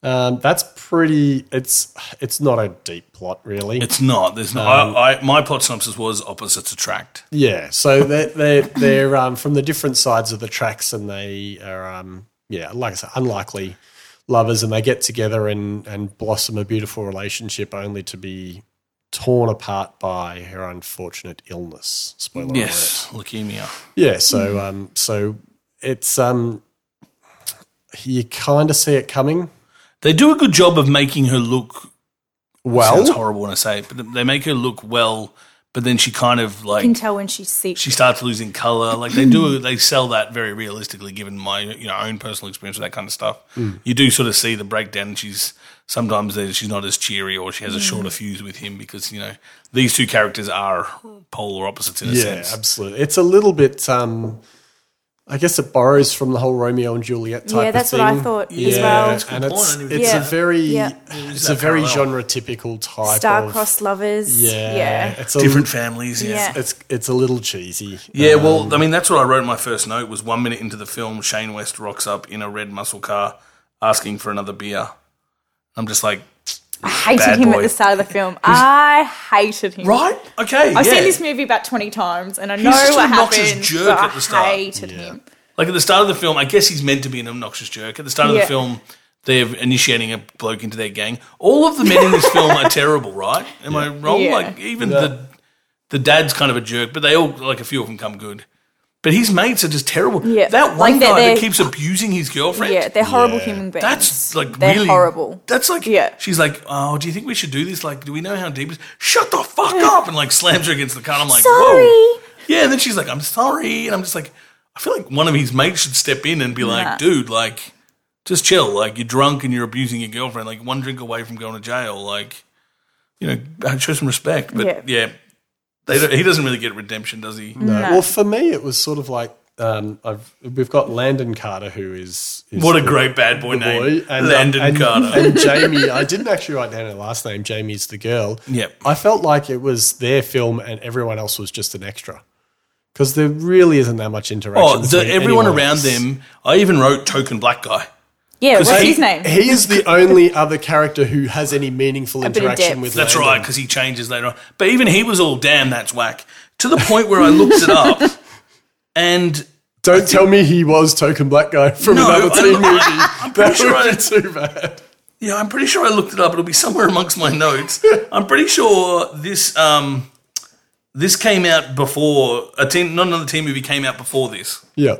Um, that's pretty. It's it's not a deep plot, really.
It's not. There's no. I, I, my plot synopsis was opposites attract.
yeah, so they're they're, they're um, from the different sides of the tracks, and they are um, yeah, like I said, unlikely lovers, and they get together and and blossom a beautiful relationship, only to be torn apart by her unfortunate illness. Spoiler alert.
Yes, leukemia.
Yeah, so um, so it's um, you kind of see it coming.
They do a good job of making her look. Sounds
Well,
horrible when I say it, but they make her look well. But then she kind of like
You can tell when she's sick.
she starts losing color. Like they do, they sell that very realistically, given my you know own personal experience with that kind of stuff. You do sort of see the breakdown. and She's sometimes there- she's not as cheery, or she has a shorter fuse with him because you know these two characters are polar opposites in a
yeah,
sense.
absolutely. It's a little bit. Um, I guess it borrows from the whole Romeo and Juliet type.
yeah,
of
that's
thing.
what I thought
Yeah,
as well.
good
and it's
point.
it's
Yeah.
a very
Yeah.
it's
that
a very
parallel.
genre typical type of
Star-crossed lovers.
yeah,
Yeah.
It's a,
Different families, yeah.
Yeah.
It's it's a little cheesy.
Yeah, well, I mean, that's what I wrote in my first note. Was one minute into the film, Shane West rocks up in a red muscle car, asking for another beer. I'm just like,
I hated
Bad
him
boy.
at the start
[LAUGHS]
of the film. I hated him.
right, okay,
I've
yeah.
seen this movie about 20 times and I know
such an
what
obnoxious
happens.
jerk
but
at the start.
I hated him.
Like at the start of the film, I guess he's meant to be an obnoxious jerk. At the start of the
Yeah.
film, they're initiating a bloke into their gang. All of the men in this film are terrible, right? Am I wrong?
Yeah.
Like even the the dad's kind of a jerk, but they all like a few of them come good. But his mates are just terrible.
Yeah.
That one
Like,
guy
they're-
that
they're-
keeps abusing his girlfriend.
Yeah, they're horrible
Yeah.
human beings.
That's like
they're
really
horrible.
That's like
Yeah.
She's like, oh, do you think we should do this? Like, do we know how deep? It is? Shut the fuck up! And like slams her against the car. And I'm like, whoa.
Sorry.
Yeah, and then she's like, I'm sorry, and I'm just like, I feel like one of his mates should step in and be like, dude, like, just chill. Like you're drunk and you're abusing your girlfriend. Like one drink away from going to jail. Like, you know, uh, show some respect. But yeah,
Yeah.
they don't, he doesn't really get redemption, does he?
No. Well, for me, it was sort of like um, I've, we've got Landon Carter, who is, is
What a
the-
great bad boy
the
name,
boy, and, um,
Landon
and- [LAUGHS]
Carter.
and Jamie. I didn't actually write down her last name. Jamie's the girl.
Yep.
I felt like it was their film, and everyone else was just an extra because there really isn't that much interaction.
oh, the,
between anyone
everyone around
else.
them. I even wrote token black guy.
Yeah, what's
he-
his name?
He is the only other character who has any meaningful
bit of
interaction
depth.
with.
That's
Landon.
right, because he changes later on. But even he was all, damn, that's whack. To the point where I looked
[LAUGHS]
it up, and
Don't tell me he was token black guy [LAUGHS] from
No,
another
I'm-
teen
I'm
movie.
pretty
that
sure I-
would be too bad.
yeah, I'm pretty sure I looked it up. It'll be somewhere [LAUGHS] amongst my notes. I'm pretty sure this um, this came out before a teen, not another teen movie came out before this.
Yeah.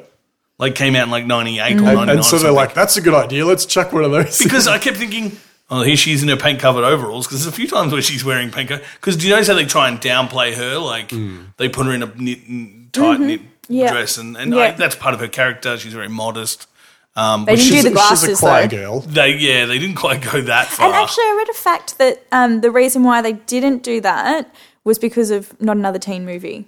Like came out in like '98 or '99.
And, and so
or
they're
something.
like, that's a good idea. Let's chuck one of those.
because I kept thinking, oh, here she is in her paint covered overalls. Because there's a few times where she's wearing paint covered. Because do you notice how they try and downplay her? Like
Hmm.
they put her in a knit, n- tight knit
Mm-hmm. Yeah.
dress, and, and
Yeah.
I, that's part of her character. She's very modest. Um,
They
which
didn't
she's,
do the glasses
she's a choir
though.
girl.
they yeah, they didn't quite go that far.
And actually, I read a fact that um, the reason why they didn't do that was because of not another teen movie.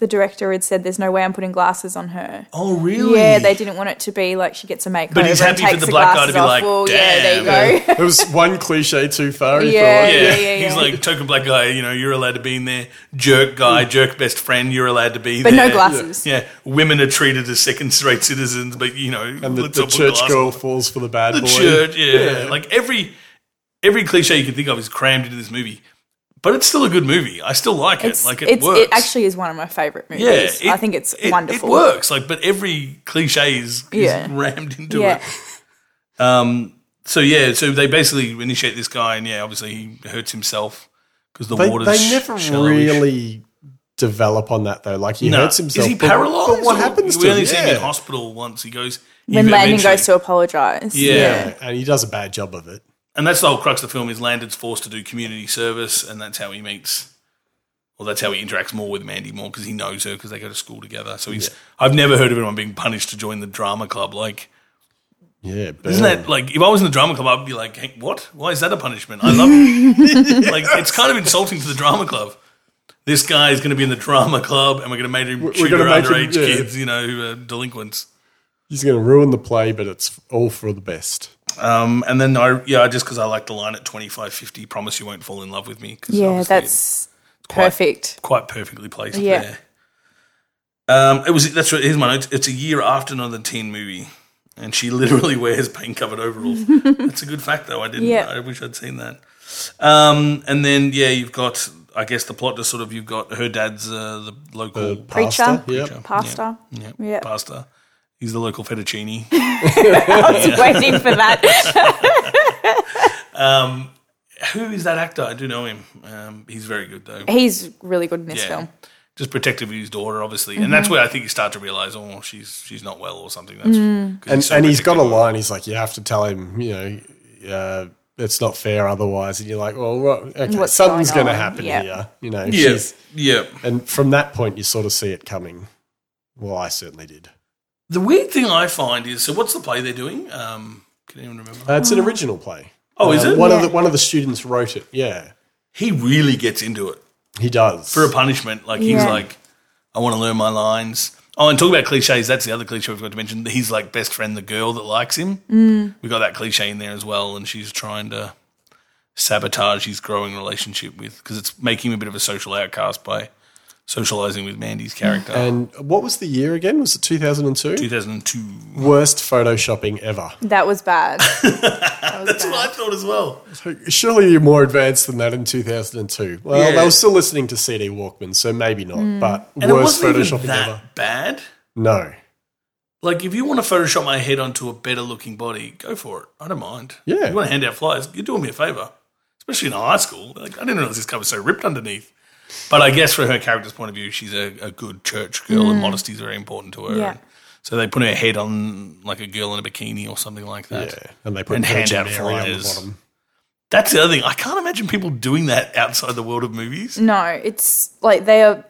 The director had said, "There's no way I'm putting glasses on her."
oh really?
Yeah, they didn't want it to be like she gets a makeover.
he's
and
happy for
takes
the black guy to
glasses
be
off.
like,
well, yeah, there you
"Damn."
go.
It was one cliche too far. He
Yeah.
thought.
Yeah,
Yeah, yeah,
he's
yeah.
like token black guy. You know, you're allowed to be in there. Jerk
Mm.
guy, jerk best friend. You're allowed to be
But
there.
no glasses.
Yeah, women are treated as second-rate citizens, but you know,
And the,
let's
the
not put
church
glasses
girl falls for the bad boy.
Church, yeah. Like every every cliche you can think of is crammed into this movie. But it's still a good movie. I still like it.
[LAUGHS] It's,
like it
it's,
works.
It actually is one of my favorite movies.
yeah,
I
it-
think it's
it-
wonderful.
It works. Like, but every cliche is, is
Yeah.
rammed into
Yeah,
it. Um. So yeah. So they basically initiate this guy, and yeah, obviously he hurts himself because the
They,
water's
they never
shallowish.
really develop on that though. Like he
No.
hurts himself.
Is he
but-
paralyzed?
But what
or-
happens
We
to him?
only see him in
Yeah.
hospital once. He goes
when Landon
eventually-
goes to apologize.
Yeah.
Yeah, And he does a bad job of it.
and that's the whole crux of the film is Landon's forced to do community service, and that's how he meets. Well, that's how he interacts more with Mandy more because he knows her because they go to school together. So he's. I've never heard of anyone being punished to join the drama club. Like,
Yeah.
isn't that like if I was in the drama club, I'd be like, hey, what? Why is that a punishment? I love
[LAUGHS]
it. like, it's kind of insulting to the drama club. This guy is going to be in the drama club, and we're going to make him tutor
gonna make him-
underage
yeah.
kids, you know, who are delinquents.
He's going to ruin the play, but it's all for the best.
Um, and then I, yeah, just because I like the line at twenty five fifty, promise you won't fall in love with me. 'cause
yeah,
obviously it's-
that's
[LAUGHS]
perfect.
quite perfectly placed
Yeah.
there. Um, it was that's right. Here's my note. It's a year after another teen movie, and she [LAUGHS] literally wears paint covered
[LAUGHS]
overalls. that's a good fact, though. I didn't.
Yeah.
I wish I'd seen that. Um, and then yeah, you've got. I guess the plot is sort of you've got her dad's uh, the local
Pasta,
Preacher.
yep.
Pasta.
yeah,
Yeah.
pastor. He's the local
[LAUGHS]
fettuccine.
I was waiting
[LAUGHS]
for that.
Who is that actor? I do know him. Um, he's very good though.
He's really good in this
Yeah.
film.
Just protective of his daughter, obviously, and that's where I think you start to realize, oh, she's she's not well or something. That's, 'cause
and,
so
and he's got a
protective.
line. He's like, you have to tell him, you know, uh, it's not fair otherwise. And you're like, well, what, okay,
What's
something's
going
going to
on?
happen
Yeah.
here, you know.
Yeah,
she's-
yeah.
and from that point, you sort of see it coming. Well, I certainly did.
The weird thing I find is so what's the play they're doing? Um, can anyone remember?
Uh, it's an original play.
Oh, is
Uh,
it?
One of the one of the students wrote it. Yeah,
He really gets into it
he does.
for a punishment. Like he's
Yeah.
like, I want to learn my lines. Oh, and talk about cliches. That's the other cliche we forgot to mention. He's like best friend, the girl that likes him. Mm. We got that cliche in there as well, and she's trying to sabotage his growing relationship with because it's making him a bit of a social outcast by socializing with Mandy's character.
and what was the year again? Was it 2002?
2002.
Worst photoshopping ever.
That was
[LAUGHS]
bad. That was
That's what I thought as well.
Surely you're more advanced than that in 2002. Well,
Yeah.
they were still listening to CD Walkman, so maybe not. But
And it
worst
wasn't even
photoshopping
that
ever.
bad.
No.
Like, if you want to Photoshop my head onto a better looking body, go for it. I don't mind.
Yeah.
You want to hand out flyers, you're doing me a favor, especially in high school. Like, I didn't realize this cover was so ripped underneath. But I guess from her character's point of view, she's a, a good church girl and modesty is very important to her.
Yeah.
And so they put her head on like a girl in a bikini or something like that.
Yeah, and they put
And hand
Virgin
out
Mary
flyers. That's the other thing. I can't imagine people doing that outside the world of movies.
No, it's like they are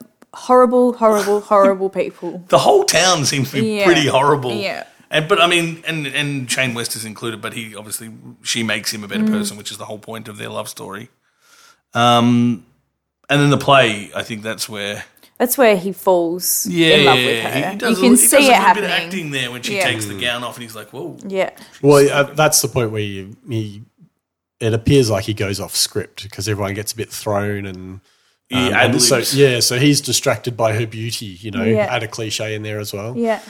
[LAUGHS]
horrible, horrible, horrible people.
The whole town seems to be
Yeah.
pretty horrible.
Yeah.
And but I mean, and and Shane West is included, but he obviously she makes him a
Mm.
better person, which is the whole point of their love story. Um, and then the play, I think that's where
That's where he falls
yeah,
in love
yeah,
with
yeah.
her.
He does a,
you can
li- he
see
does a
it
little bit
happening.
of acting there when she
Yeah. Um,
takes the gown off, and he's like, "Whoa,
Yeah,
Well, uh, that's the point where you, he, it appears like he goes off script because everyone gets a bit thrown and.
he
um, and
ad-libs.
so yeah, so he's distracted by her beauty, you know.
Yeah.
Add a cliche in there as well,
yeah,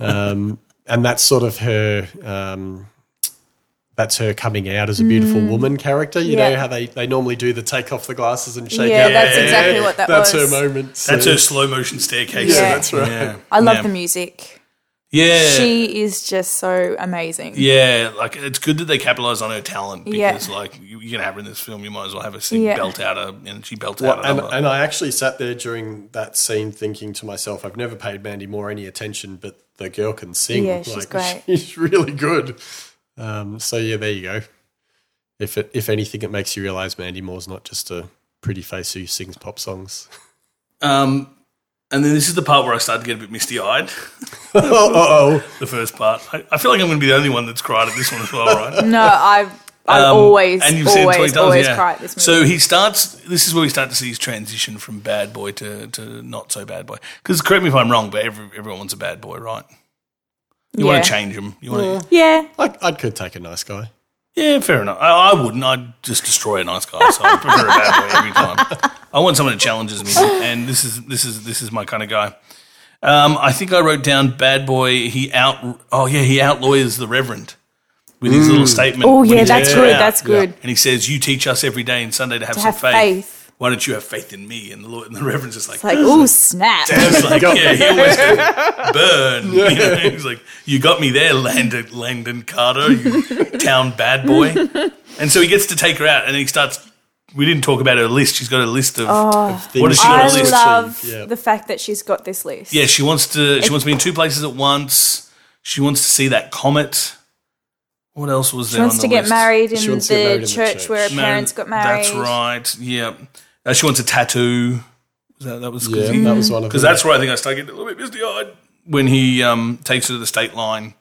um, and that's sort of her. Um, that's her coming out as a beautiful woman character. You
Mm. Yeah.
know how they, they normally do the take off the glasses and shake
yeah.
out.
That's
Yeah.
exactly what that
that's
was.
her moment. so-
That's her slow motion staircase.
Yeah,
that's right.
Yeah.
I love
Yeah.
the music.
Yeah,
She is just so amazing.
Yeah, like it's good that they capitalize on her talent
Yeah.
because, like, you, you're gonna have her in this film. You might as well have her sing
Yeah.
belt out her, and she belt
Well,
out
and,
another.
and I actually sat there during that scene thinking to myself, I've never paid Mandy Moore any attention, but the girl can sing.
Yeah,
[LAUGHS]
she's great.
She's really good. Um, so yeah, there you go. If it, if anything, it makes you realise Mandy Moore's not just a pretty face who sings pop songs. [LAUGHS]
Um, and then this is the part where I start to get a bit misty eyed.
oh, oh,
The first part. I, I feel like I'm going to be the only one that's cried at this one as well, right?
No, I, I
Um,
[LAUGHS] always,
seen it
always,
20 times,
always
yeah.
cry at this movie.
So he starts. This is where we start to see his transition from bad boy to, to not so bad boy. Because correct me if I'm wrong, but every, everyone wants a bad boy, right? You
Yeah. Mm.
want to change him. You want to.
yeah,
I, I could take a nice guy.
Yeah, fair enough. I, I wouldn't. I'd just destroy a nice guy. So I prefer a bad boy every time. I want someone that challenges me, and this is this is this is my kind of guy. Um, I think I wrote down bad boy. He out. Oh yeah, he outlawyers the reverend with his little statement.
Oh,
when
yeah,
he's
that's
out.
good, that's good.
And he says, "You teach us every day and Sunday to have
to
some
have faith.
Why don't you have faith in me?" And the Lord, and the reverend's just like,
It's like, oh snap!
it's like, yeah, he always goes,
[LAUGHS]
burn. [LAUGHS] You know, he's like, you got me there, Landon, Landon Carter, you town bad
[LAUGHS]
boy. And so he gets to take her out, and he starts. We didn't talk about her list. She's got a list of.
Oh.
Things
What has she got
I
on her list?
love
Yeah.
the fact that she's got this list.
yeah, she wants to. She wants to be in two places at once. She wants to see that comet. What else was
She
there
wants
on the
to get
list?
married in,
She
the,
wants to get married in the
church
church.
where her
Mar-
parents got married.
That's right. Yeah, Uh, she wants a tattoo. Was that, that was
Yeah, that was one of
because
them.
that's where I think I started getting a little bit misty eyed when he um, takes her to the state line.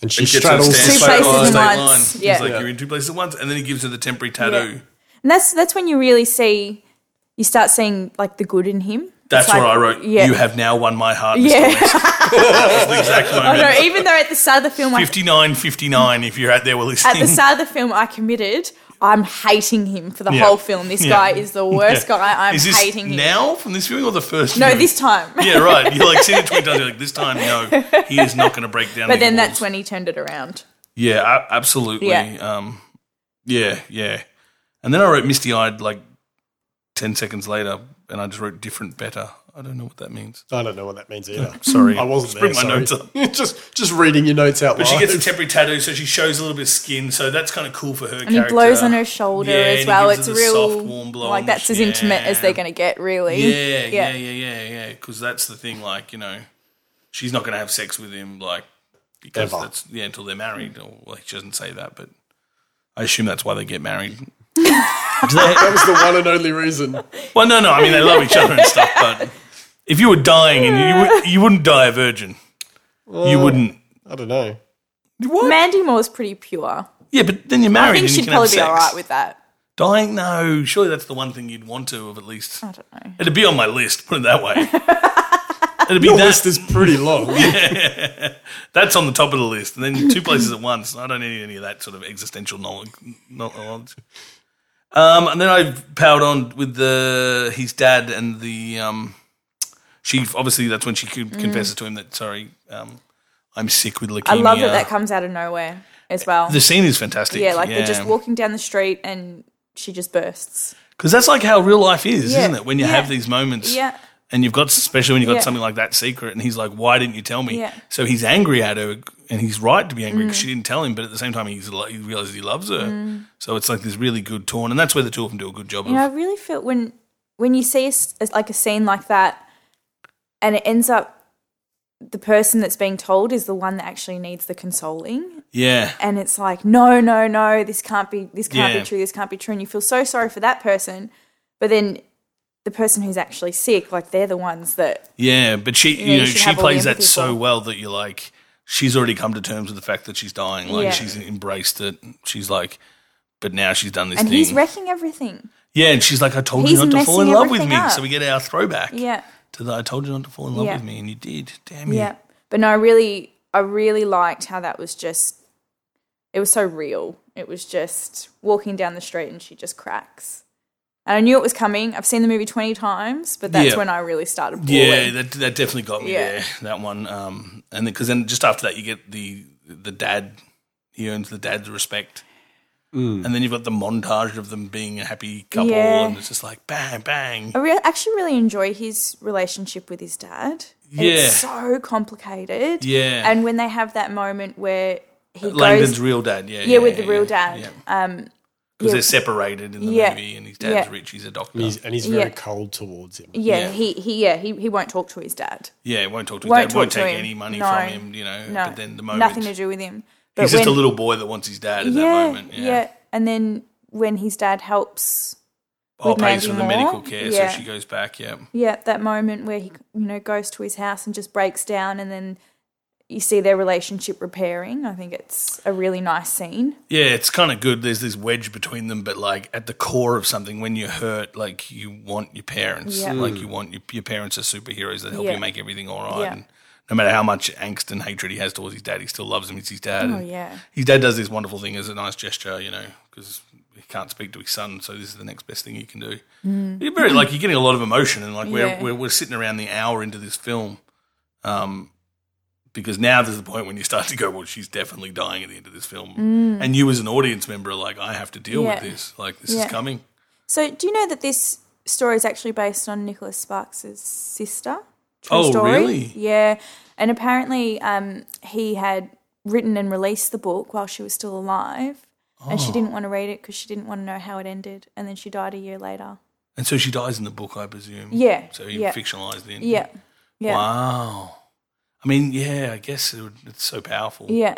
And she
It gets
straddles the
her to
Two
stand-
state
places
line.
in
state
once.
line.
Yeah.
He's like, you're in two places at once. And then he gives her the temporary tattoo.
Yeah. And that's that's when you really see you start seeing like the good in him.
That's
It's like,
what I wrote.
Yeah.
You have now won my heart. Mr.
[LAUGHS] yeah.
West." That's the exact
I
moment.
know, even though at the start of the film I,
59 59 if you're out there listening.
at the start of the film I committed, I'm hating him for the
Yeah.
whole film. This
Yeah.
guy is the
[LAUGHS]
worst
Yeah.
guy. I'm
Is this
hating him.
now from this viewing or the first
No,
viewing?
this time.
[LAUGHS] Yeah, right. You're like seeing it 20 times. You're like, this time, no. He is not going to break down
[LAUGHS] [LAUGHS] but
any
then
walls.
that's when he turned it around.
Yeah, a- absolutely.
Yeah.
Um, yeah, yeah. And then I wrote Misty Eyed like 10 seconds later and I just wrote different better. I don't know what that means.
I don't know what that means
[LAUGHS]
either.
Sorry.
I wasn't
Just bring
there,
my
sorry.
notes
[LAUGHS]
up.
just just reading your notes out
But she
loud.
gets a temporary tattoo, so she shows a little bit of skin, so that's kind of cool for her.
And he blows on her shoulder
Yeah, and he
as well.
gives
It's
her the
real
soft, warm blow on
like
the
that's as
sh-
intimate as
yeah.
they're gonna get, really.
Yeah, yeah, yeah, yeah, yeah. Because that's the thing, like you know, she's not going to have sex with him, like because
Ever.
that's yeah until they're married. Or well, she doesn't say that, but I assume that's why they get
[LAUGHS]
married. Do they-
that was the one and only reason.
well, no, no. I mean, they love each other and stuff, but if you were dying and you would, you wouldn't die a virgin, you wouldn't.
I don't know.
What?
Mandy Moore's pretty pure.
yeah, but then you're
I
married.
think
and
she'd
you can have
probably be
sex.
alright with that.
Dying? No, surely that's the one thing you'd want to have at least.
I don't know.
It'd be on my list. Put it that
[LAUGHS]
way. It'd be
Your
that.
list is pretty long.
that's on the top of the list, and then two places at once. I don't need any of that sort of existential knowledge. knowledge. Um, and then I powered on with the his dad and the um, she. Obviously, that's when she con- confesses to him that sorry, um, I'm sick with leukemia.
Mm. I love that that comes out of nowhere as well.
the scene is fantastic.
yeah, like they're just walking down the street and she just bursts.
because that's like how real life is,
Yeah.
isn't it? When you
Yeah.
have these moments,
Yeah.
And you've got, especially when you've got
Yeah.
something like that secret, and he's like, "Why didn't you tell me?"
Yeah. Mm.
So he's angry at her, and he's right to be angry because she didn't tell him. But at the same time, he's lo- he realizes he loves her. So it's like this really good torn, and that's where the two of them do a good job
You know, I
of.
really feel when when you see a s- a- like a scene like that, and it ends up the person that's being told is the one that actually needs the consoling,
Yeah,
and it's like, no, no, no, this can't be, this can't
Yeah.
be true, this can't be true, and you feel so sorry for that person, but then the person who's actually sick, like they're the ones that
yeah. But she, you,
you
know,
should
she
have all the
plays that
empathy
so
for-
well that you're like, she's already come to terms with the fact that she's dying. Like
Yeah.
she's embraced it. She's like, but now she's done this
and
thing.
he's wrecking everything.
yeah, and she's like, I told you
He's
not to fall in
messing
love with me.
everything up.
So we get our throwback
Yeah,
to the I told you not to fall in love
Yeah.
with me, and you did. Damn
yeah,
you.
But no, I really, I really liked how that was just. It was so real. It was just walking down the street and she just cracks. And I knew it was coming. I've seen the movie twenty times, but that's
Yeah.
when I really started. Bawling.
Yeah, that that definitely got me
Yeah.
there. That one, um, and because then just after that you get the the dad. He earns the dad's respect, and then you've got the montage of them being a happy couple,
Yeah.
and it's just like bang, bang.
I re- actually really enjoy his relationship with his dad.
Yeah.
It's so complicated.
Yeah.
And when they have that moment where he
Langdon's
goes,
real dad, yeah,
yeah, with the real dad.
because
Um,
they're separated in the
Yeah.
movie, and his dad's
Yeah.
rich. He's a doctor.
And he's, and he's very
Yeah.
cold towards him.
yeah,
Yeah.
he he yeah he, he won't talk to his dad.
yeah, won't talk to his
Won't
dad. Won't
talk to
take
him.
any money
No.
from him. You know,
No,
but then the moment
nothing to do with him. But
he's just a
when-
little boy that wants his dad at
yeah,
that moment.
yeah, And then when his dad helps,
oh,
with
pays
Mandy
for the
Moore.
medical care,
Yeah.
so she goes back. Yeah,
yeah, that moment where he you know goes to his house and just breaks down, and then you see their relationship repairing. I think it's a really nice scene.
Yeah, it's kind of good. There's this wedge between them, but like at the core of something, when you're hurt, like you want your parents.
Yeah.
Like you want your, your parents are superheroes that help
Yeah.
you make everything all right.
Yeah.
And no matter how much angst and hatred he has towards his dad, he still loves him. It's his dad.
Oh
And
yeah,
His dad does this wonderful thing as a nice gesture, you know, because he can't speak to his son. So this is the next best thing he can do. You're very like you're getting a lot of emotion, and like we're,
Mm. Yeah.
we're we're sitting around the hour into this film, um, because now there's the point when you start to go, well, she's definitely dying at the end of this film, and you as an audience member are like, I have to deal
Mm. Yeah.
with this. Like this
Yeah.
is coming.
So, do you know that this story is actually based on Nicholas Sparks' sister? True
Oh, really?
Yeah. And apparently, um, he had written and released the book while she was still alive,
Oh.
and she didn't want to read it because she didn't want to know how it ended. And then she died a year later.
And so she dies in the book, I presume.
Yeah,
So he
yeah.
fictionalized the end.
Yeah. Yeah.
Wow. I mean, yeah, I guess it would, it's so powerful.
Yeah.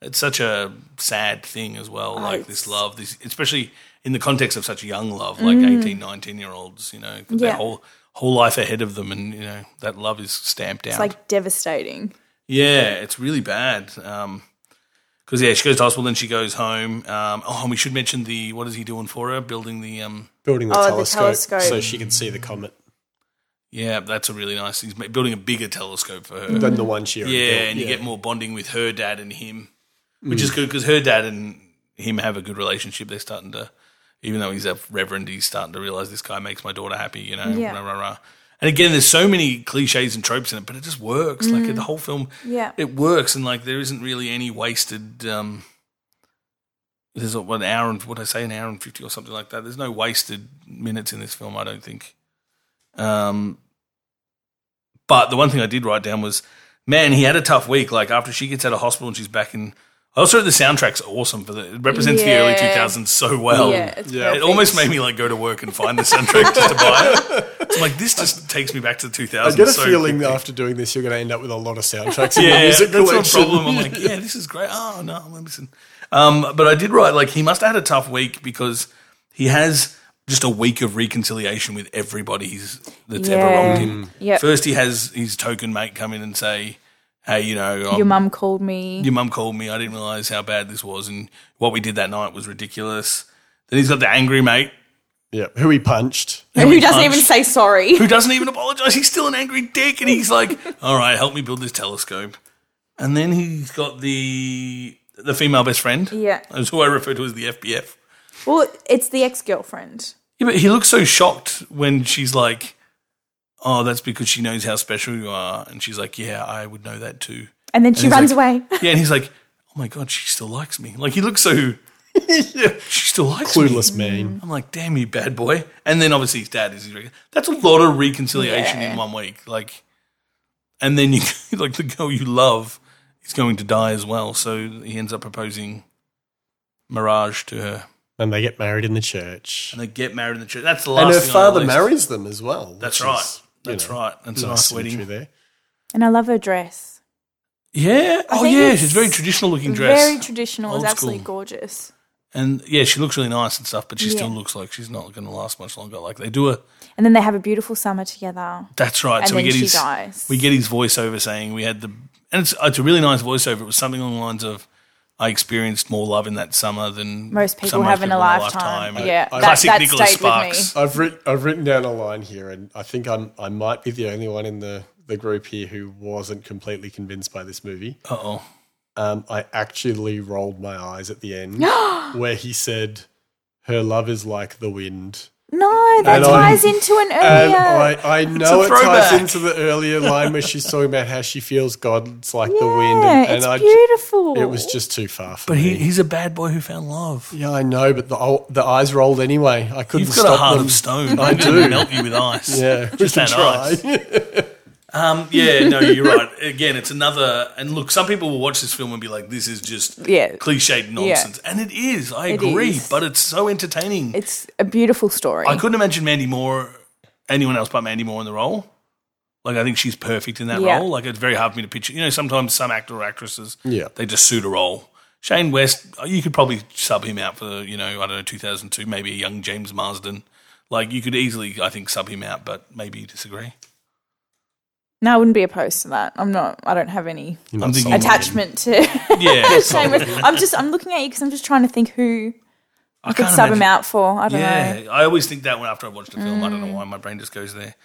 it's such a sad thing as well like this
Oh, it's-
love this especially in the context of such a young love like 18 19 year olds you know got their
Mm. Yeah.
whole whole life ahead of them and you know that love is stamped out
It's like devastating.
yeah it's really bad um because yeah she goes to hospital then she goes home um oh and we should mention the what is he doing for her building the um
Building the,
Oh, the
telescope,
telescope.
so she could see the comet
yeah that's a really nice he's ma- building a bigger telescope for her
than the one she already
yeah
built.
and you get more bonding with her dad and him which is good because her dad and him have a good relationship they're starting to even though he's a reverend he's starting to realize this guy makes my daughter happy you know
Yeah.
rah, rah, rah. and again there's so many cliches and tropes in it but it just works like the whole film
Yeah.
it works and like there isn't really any wasted um there's a, what, an hour and what did i say an hour and 50 or something like that there's no wasted minutes in this film i don't think um but the one thing i did write down was man he had a tough week like after she gets out of hospital and she's back in I also the soundtrack's awesome for the it represents the early
Yeah.
2000s so well
yeah. It's
yeah.
it almost made me like go to work and find the soundtrack just to
[LAUGHS]
buy it. It's like this just takes me back to the 2000s.
I get a
so
feeling
quickly.
that after doing this, you're going to end up with a lot of soundtracks in
yeah,
your music
that's
collection.
my problem. I'm like, [LAUGHS] yeah, this is great. Oh no, I'm missing. Um, but I did write like he must have had a tough week because he has just a week of reconciliation with everybody he's that's ever
Yeah. Mm.
wronged him.
Yep.
First, he has his token mate come in and say, "Hey, you know, I'm,
Your mum called me.
your mum called me. I didn't realize how bad this was, and what we did that night was ridiculous." Then he's got the angry mate
[LAUGHS] Yeah, who he punched.
[LAUGHS] who doesn't even
punched.
say sorry?
who doesn't even apologize. He's still an angry dick, and he's like, "All right, help me build this telescope." And then he's got the the female best friend,
Yeah.
that's who I refer to as the FBF.
[LAUGHS] Well, it's the ex girlfriend.
Yeah, but he looks so shocked when she's like, "Oh, that's because she knows how special you are," and she's like, "Yeah, I would know that too."
And then she
he's
runs
like-
away.
[LAUGHS]
[LAUGHS]
Yeah, and he's like, "Oh my god, she still likes me." Like he looks so she still likes me.
Clueless
Mm.
man.
I'm like, damn you, bad boy. And then obviously his dad is. his rec- That's a lot of reconciliation
Yeah.
in one week. Like, and then you [LAUGHS] like the girl you love is going to die as well. So he ends up proposing Mirage to her,
And they get married in the church.
and they get married in the church. That's the last.
And her
thing on
father
the list.
marries them as well.
That's
which
right.
is, you
That's
know,
right. That's a
nice
nice
symmetry
wedding.
there.
And I love her dress.
Yeah.
I
oh
think
yeah.
it's
She's very traditional looking dress.
Very traditional.
Old
it's absolutely
school.
gorgeous.
and yeah, she looks really nice and stuff, but she
Yeah.
still looks like she's not going to last much longer. Like they do a.
And then they have a beautiful summer together.
That's right.
And
so we
then
get
she
his
dies.
we get his voiceover saying we had the and it's it's a really nice voiceover. It was something along the lines of I experienced more love in that summer than
Most people
some
have in a lifetime. Yeah, that-
classic
that
Nicholas
stayed with me.
Sparks.
I've writ- I've written down a line here, and I think I'm I might be the only one in the the group here who wasn't completely convinced by this movie.
Uh oh.
Um, I actually rolled my eyes at the
[GASPS]
end where he said, "Her love is like the wind."
No, that
And I-
ties into an
And
earlier.
I, I know it ties
throwback.
into the earlier line where she's talking about how she feels God's like the wind,
yeah,
and, and
it's
I,
beautiful.
it was just too far for
But
me.
he, he's a bad boy who found love.
yeah, I know, but the oh, the eyes rolled anyway. I couldn't
You've got
stop
a heart
them.
of stone.
I
I'm gonna
do.
Melt you with ice.
Yeah,
Just that ice. Um, yeah, no, you're right. Again, it's another. And look, some people will watch this film and be like, "This is just
Yeah.
cliched nonsense," and it is. I agree,
is.
but it's so entertaining.
It's a beautiful story.
I couldn't imagine Mandy Moore, anyone else but Mandy Moore in the role. Like, I think she's perfect in that
Yeah.
role. Like, it's very hard for me to picture. You know, sometimes some actor or actresses,
Yeah.
they just suit a role. Shane West, you could probably sub him out for, you know, I don't know, 2002, maybe a young James Marsden. Like, you could easily, I think, sub him out, but maybe you disagree.
no, I wouldn't be opposed to that. I'm not. I don't have any
You're
I'm
not
thinking-
sold.
attachment to [LAUGHS]
Yeah.
Shane West. I'm just. I'm looking at you because I'm just trying to think who I, could
can't
sub
imagine-
him out for. I don't know.
Yeah, I always think that when after I've watched a film, I don't
Mm.
know why my brain just goes there.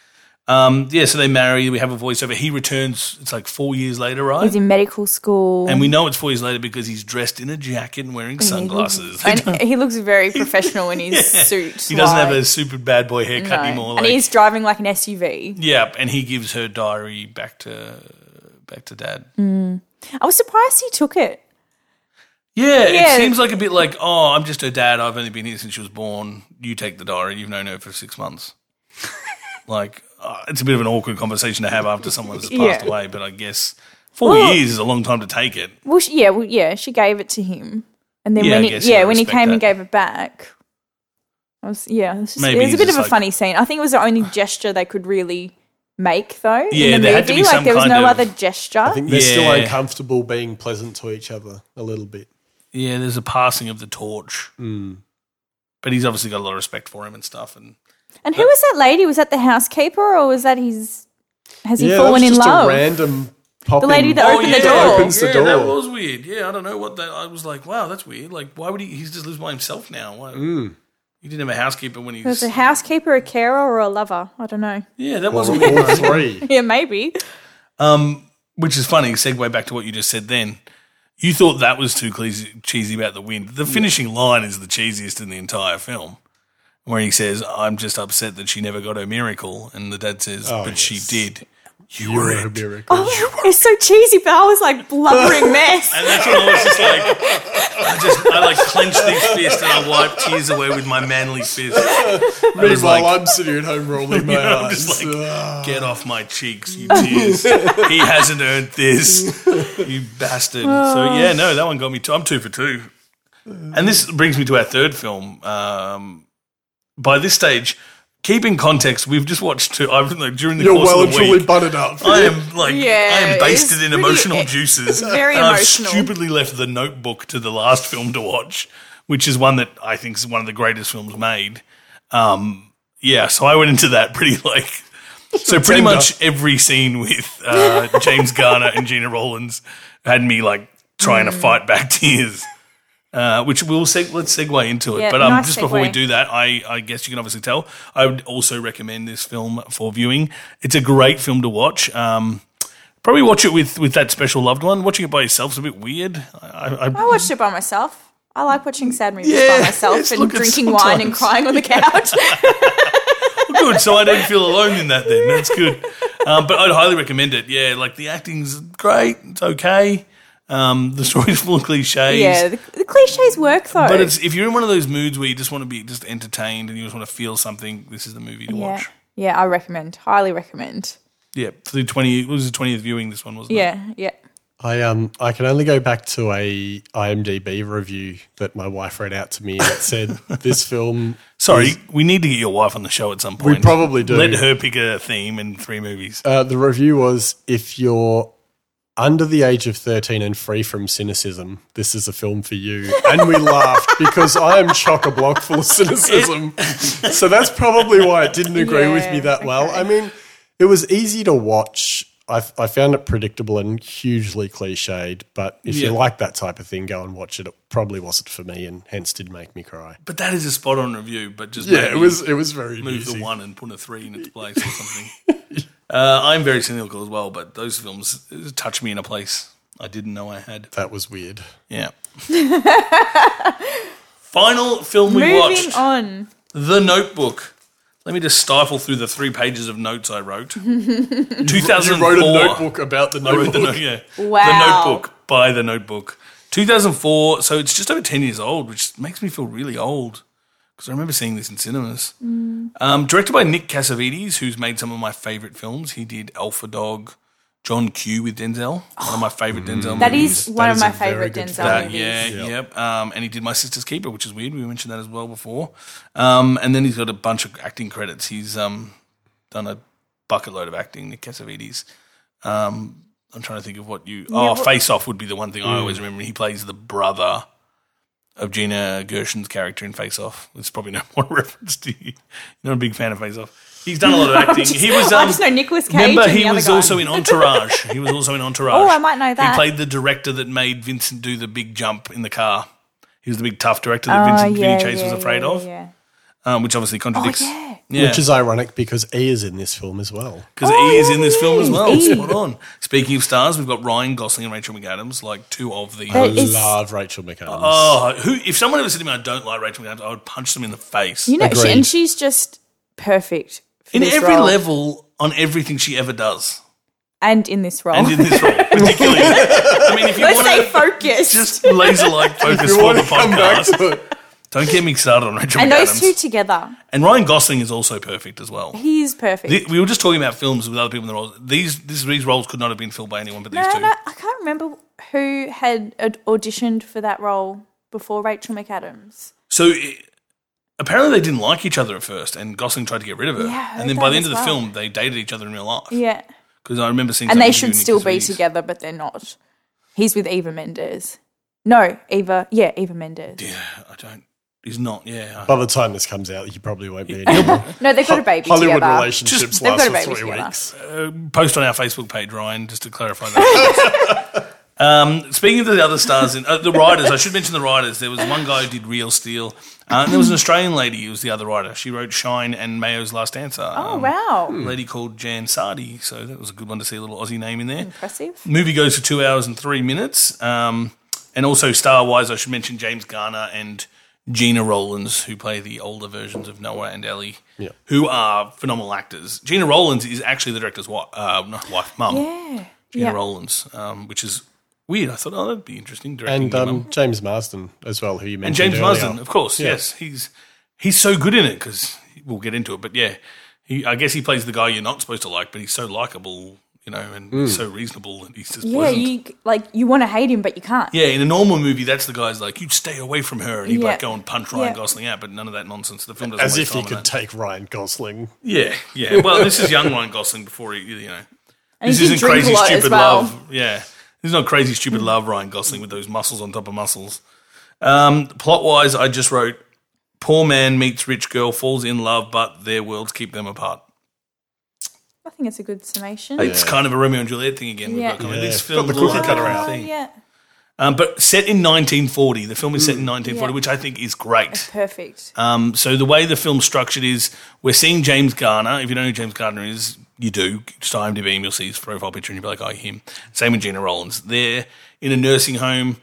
Um, yeah, so they marry. We have a voiceover. He returns. It's like four years later, right?
He's in medical school.
And we know it's four years later because he's dressed in a jacket and wearing sunglasses. They don't-
[LAUGHS] and he looks very professional in his suit.
[LAUGHS] he doesn't have
like-
a super bad boy haircut
No.
anymore.
and
like-
he's driving like an SUV.
yep, and he gives her diary back to back to dad.
Mm. I was surprised he took it.
Yeah,
Yeah.
it seems like a bit like, oh, I'm just her dad. I've only been here since she was born. You take the diary. You've known her for six
[LAUGHS]
months. like, uh, it's a bit of an awkward conversation to have after someone's passed
Yeah.
away, but I guess four
Well-
years is a long time to take it.
Well, she, yeah, well, yeah, she gave it to him, and then
Yeah,
when
I
he,
guess you
yeah, when he
respect
came and
that.
gave it back, I was yeah, it was, just,
Maybe
it was a
he's
bit of
just
a
like-
funny scene. I think it was the
[SIGHS]
only gesture they could really make though.
Yeah,
in the
there
movie.
had to be
like
some
there was
kind
no
of-
other gesture.
I think they're still
Yeah.
uncomfortable being pleasant to each other a little bit.
Yeah, there's a passing of the torch. But he's obviously got a lot of respect for him and stuff. And
and who was that lady? Was that the housekeeper, or was that his? Has he
yeah, that was
fallen in
just
love?
a random pop.
The lady that
[LAUGHS]
opened the
that
door.
opens Oh, the
yeah,
door.
that was weird. Yeah, I don't know what that. I was like, wow, that's weird. Like, why would he? He just lives by himself now. Why?
Mm.
He didn't have a housekeeper when he
It was
was.
a housekeeper, a carer, or a lover? I don't know. [LAUGHS]
yeah, that
Or
wasn't weird.
all
[LAUGHS]
three.
Yeah, maybe.
Um, which is funny. Segue back to what you just said. Then you thought that was too cleasy, cheesy about the wind. The finishing line is the cheesiest in the entire film, where he says, "I'm just upset that she never got her miracle," and the dad says,
Oh,
"But she
yes.
did. You, were
A
it."
miracle.
Oh, [LAUGHS] It's so cheesy, but I was like blubbering mess.
[LAUGHS] And that's when I was just like, I just, I like clenched these fists and I wiped tears away with my manly fist. I was
Meanwhile,
like,
I'm sitting at home rolling
[LAUGHS]
my
I'm
eyes.
just like,
Ah.
get off my cheeks, you tears. he hasn't earned this, you bastard. So, yeah, no, that one got me two. I'm two for two. And this brings me to our third film. Um, by this stage, keep in context, we've just watched two. I've, like, during the
You're
course
well
of
and
the
truly
week,
butted up.
[LAUGHS] I am like I
Yeah,
am
it's
basted in
pretty-
emotional
it-
juices.
[LAUGHS] very
and
emotional.
I've stupidly left the Notebook to the last film to watch, which is one that I think is one of the greatest films made. Um, yeah, so I went into that pretty like so pretty
Tender.
much every scene with uh, James Garner and Gina Rollins had me like trying
Mm.
to fight back [LAUGHS] tears. Uh, which we'll seg- let's segue into it,
Yeah,
but um,
nice
just before we
segue.
do do that, I, I guess you can obviously tell. I would also recommend this film for viewing. It's a great film to watch. Um, probably watch it with, with that special loved one. Watching it by yourself is a bit weird. I, I,
I watched it by myself. I like watching sad movies
Yeah,
by myself
it's-
and
look, it's
drinking wine and
sometimes-
crying
[LAUGHS]
on the couch. [LAUGHS]
good, so I don't feel alone in that. Then that's good. Um, but I'd highly recommend it. Yeah, like the acting's great. It's okay. Um, the story's full of cliches.
Yeah, the, the cliches work though.
But it's if you're in one of those moods where you just want to be just entertained and you just want to feel something, this is the movie to
yeah.
watch.
yeah, I recommend. Highly recommend.
Yeah, for the twenty it was the twentieth viewing this one, wasn't it?
Yeah, yeah.
[LAUGHS] I um I can only go back to a IMDb review that my wife read out to me that said this film.
Sorry, we need to get your wife on the show at some
We
point.
probably do.
Let her pick a theme in three movies.
Uh, the review was if you're under the age of 13 and free from cynicism, this is a film for you. And [LAUGHS] we laughed because I am chock a block full of cynicism. so that's probably why it didn't agree with me
Yeah,
that well. I mean, it was easy to watch. I, I found it predictable and hugely cliched, but if you
Yeah.
like that type of thing, go and watch it. It probably wasn't for me, and hence did make me cry.
But that is a spot on review, but just
Yeah, it
maybe
was it was very
move the
amusing.
one and put a three in its place or something. [LAUGHS] uh, I'm very cynical as well, but those films uh, touch me in a place I didn't know I had.
That was weird.
Yeah. Final film we
Moving
watched
on.
The Notebook. Let me just stifle through the three pages of notes I wrote. 2004.
You wrote a notebook about the
I
notebook.
wrote the, no- [LAUGHS] yeah.
Wow.
the Notebook by The Notebook. 2004, so it's just over 10 years old, which makes me feel really old because I remember seeing this in cinemas.
Mm.
Um, directed by Nick Cassavetes, who's made some of my favorite films. He did Alpha Dog, John Q with Denzel, one of my favorite Denzel
That
movies.
is one
that
of
is
my
a very
favourite
good
Denzel
film.
That,
movies. [LAUGHS]
yeah,
Yep.
yep. Um, and he did My Sister's Keeper, which is weird. We mentioned that as well before. Um, and then he's got a bunch of acting credits. He's um, done a bucket load of acting, Nick Cassavetes. Um, I'm trying to think of what you. oh,
what-
Face Off would be the one thing I always remember. He plays the brother of Gina Gershon's character in Face Off. It's probably no [LAUGHS] more reference to you. You're not a big fan of Face Off. He's done a lot of acting. he was.
[LAUGHS] I
Um,
just know Nicolas Cage.
Remember,
and
he
the other
was
guy. [LAUGHS]
also in Entourage. he was also in Entourage.
Oh, I might know that.
He played the director that made Vincent do the big jump in the car. He was the big tough director that
Oh,
Vincent
yeah,
Vinny Chase
yeah,
was afraid
yeah,
of,
yeah. Oh,
Um, which obviously contradicts.
yeah.
yeah.
Which is ironic because E is in this film as well.
because
Oh,
E is in this
yeah,
film as
yeah,
well.
E.
Spot on. Speaking of stars, we've got Ryan Gosling and Rachel McAdams, like two of the.
I
But it's-
love Rachel McAdams. [LAUGHS]
oh, who? If someone ever said to me, "I don't like Rachel McAdams," I would punch them in the face.
You know, she,
Agreed.
and she's just perfect. For
in
this
every
role.
level, on everything she ever does,
and in this role.
and in this role particularly. I mean, if you
Oh. [LAUGHS] Let's
want
stay
to
focused.
just laser like focus
you
for
want
the
to come back
podcast.
to it.
Don't get me started on Rachel
and those
McAdams.
two together,
and Ryan Gosling is also perfect as well.
he is perfect.
Th- We were just talking about films with other people in the roles. These this, these roles could not have been filled by anyone but these
no,
two.
no, I can't remember who had ad- auditioned for that role before Rachel McAdams.
So i apparently they didn't like each other at first, and Gosling tried to get rid of her.
Yeah, I heard
and then by the
that
end of
as
the
well.
film, they dated each other in real life.
Yeah,
Because I remember seeing.
and they
something
should
with
still
Nick
be
Cassavetes.
together, but they're not. He's with Eva Mendes. No, Eva. Yeah, Eva Mendes.
Yeah, I don't. He's not. Yeah. I-
By the time this comes out, he probably won't be anymore.
No, they've got a baby
Hollywood
together.
relationships
Just-
They've
last
got a
for
baby
three
together.
weeks.
Uh, post on our Facebook page, Ryan, just to clarify that. [LAUGHS] um, speaking of the other stars, in, uh, the writers, I should mention the writers. There was one guy who did Real Steel, uh, and there was an Australian lady who was the other writer. She wrote Shine and Mayo's Last Answer.
Oh wow,
A lady called Jan Sardi, so that was a good one to see a little Aussie name in there.
impressive.
Movie goes for two hours and three minutes. Um, and also, star wise, I should mention James Garner and Gina Rollins, who play the older versions of Noah and Ellie,
Yeah.
who are phenomenal actors. Gina Rollins is actually the director's wife, uh, not wife, mum,
Yeah,
Gina
yeah.
Rollins, um, which is weird. I thought, oh, that'd be interesting directing
And
your mum.
um, James Marsden as well, who you
And
mentioned
James
earlier.
Marsden, of course,
Yeah.
yes, he's he's so good in it because we'll get into it. But yeah, he, I guess he plays the guy you're not supposed to like, but he's so likable, you know, and
Mm.
he's so reasonable, and he's just
Yeah,
pleasant.
you like you want to hate him, but you can't.
yeah, in a normal movie, that's the guy's like, you stay away from her, and he'd like
Yeah.
go and punch Ryan
Yeah.
Gosling out, but none of that nonsense. The film doesn't
As
waste
if he
time on
could
that.
take Ryan Gosling.
yeah,
[LAUGHS]
yeah. Well, this is young Ryan Gosling before he, you know,
And
this
he did
isn't
drink a
crazy
lot as
stupid
well.
love. Yeah, this is not crazy stupid love. Ryan Gosling with those muscles on top of muscles. Um, plot wise, I just wrote: poor man meets rich girl, falls in love, but their worlds keep them apart.
I think it's a good summation.
It's kind of a Romeo and Juliet thing again.
Yeah.
We've got coming.
Yeah.
This
Got
film
the
looks
cookie
like
cutter
a
out.
Oh,
thing.
yeah,
Um, but set in 1940, the film is set in 1940,
Mm. Yeah.
which I think is great.
perfect.
Um, so the way the film's structured is we're seeing James Garner. If you don't know who James Garner is, you do. Just IMDb him, you'll see his profile picture and you'll be like, oh, him. Same with Gina Rollins. They're in a nursing home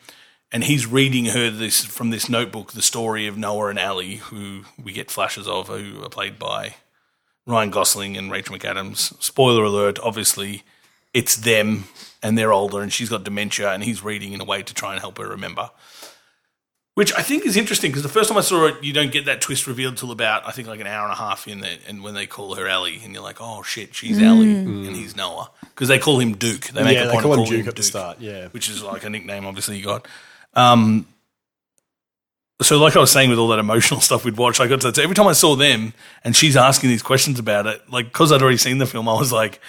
and he's reading her this from this notebook, the story of Noah and Allie, who we get flashes of, who are played by Ryan Gosling and Rachel McAdams. Spoiler alert, obviously, it's them and they're older and she's got dementia and he's reading in a way to try and help her remember. Which I think is interesting because the first time I saw it, you don't get that twist revealed till about I think like an hour and a half in there, and when they call her Ellie, and you're like, oh shit, she's Ellie and he's Noah because they call him Duke. They make
Mm. yeah,
a
they
point
call
of
him
calling
Duke at the start. Yeah.
[LAUGHS] which is like a nickname obviously you got. Um, so like I was saying with all that emotional [LAUGHS] stuff we'd watched, I got to so every time I saw them and she's asking these questions about it, like because I'd already seen the film, I was like,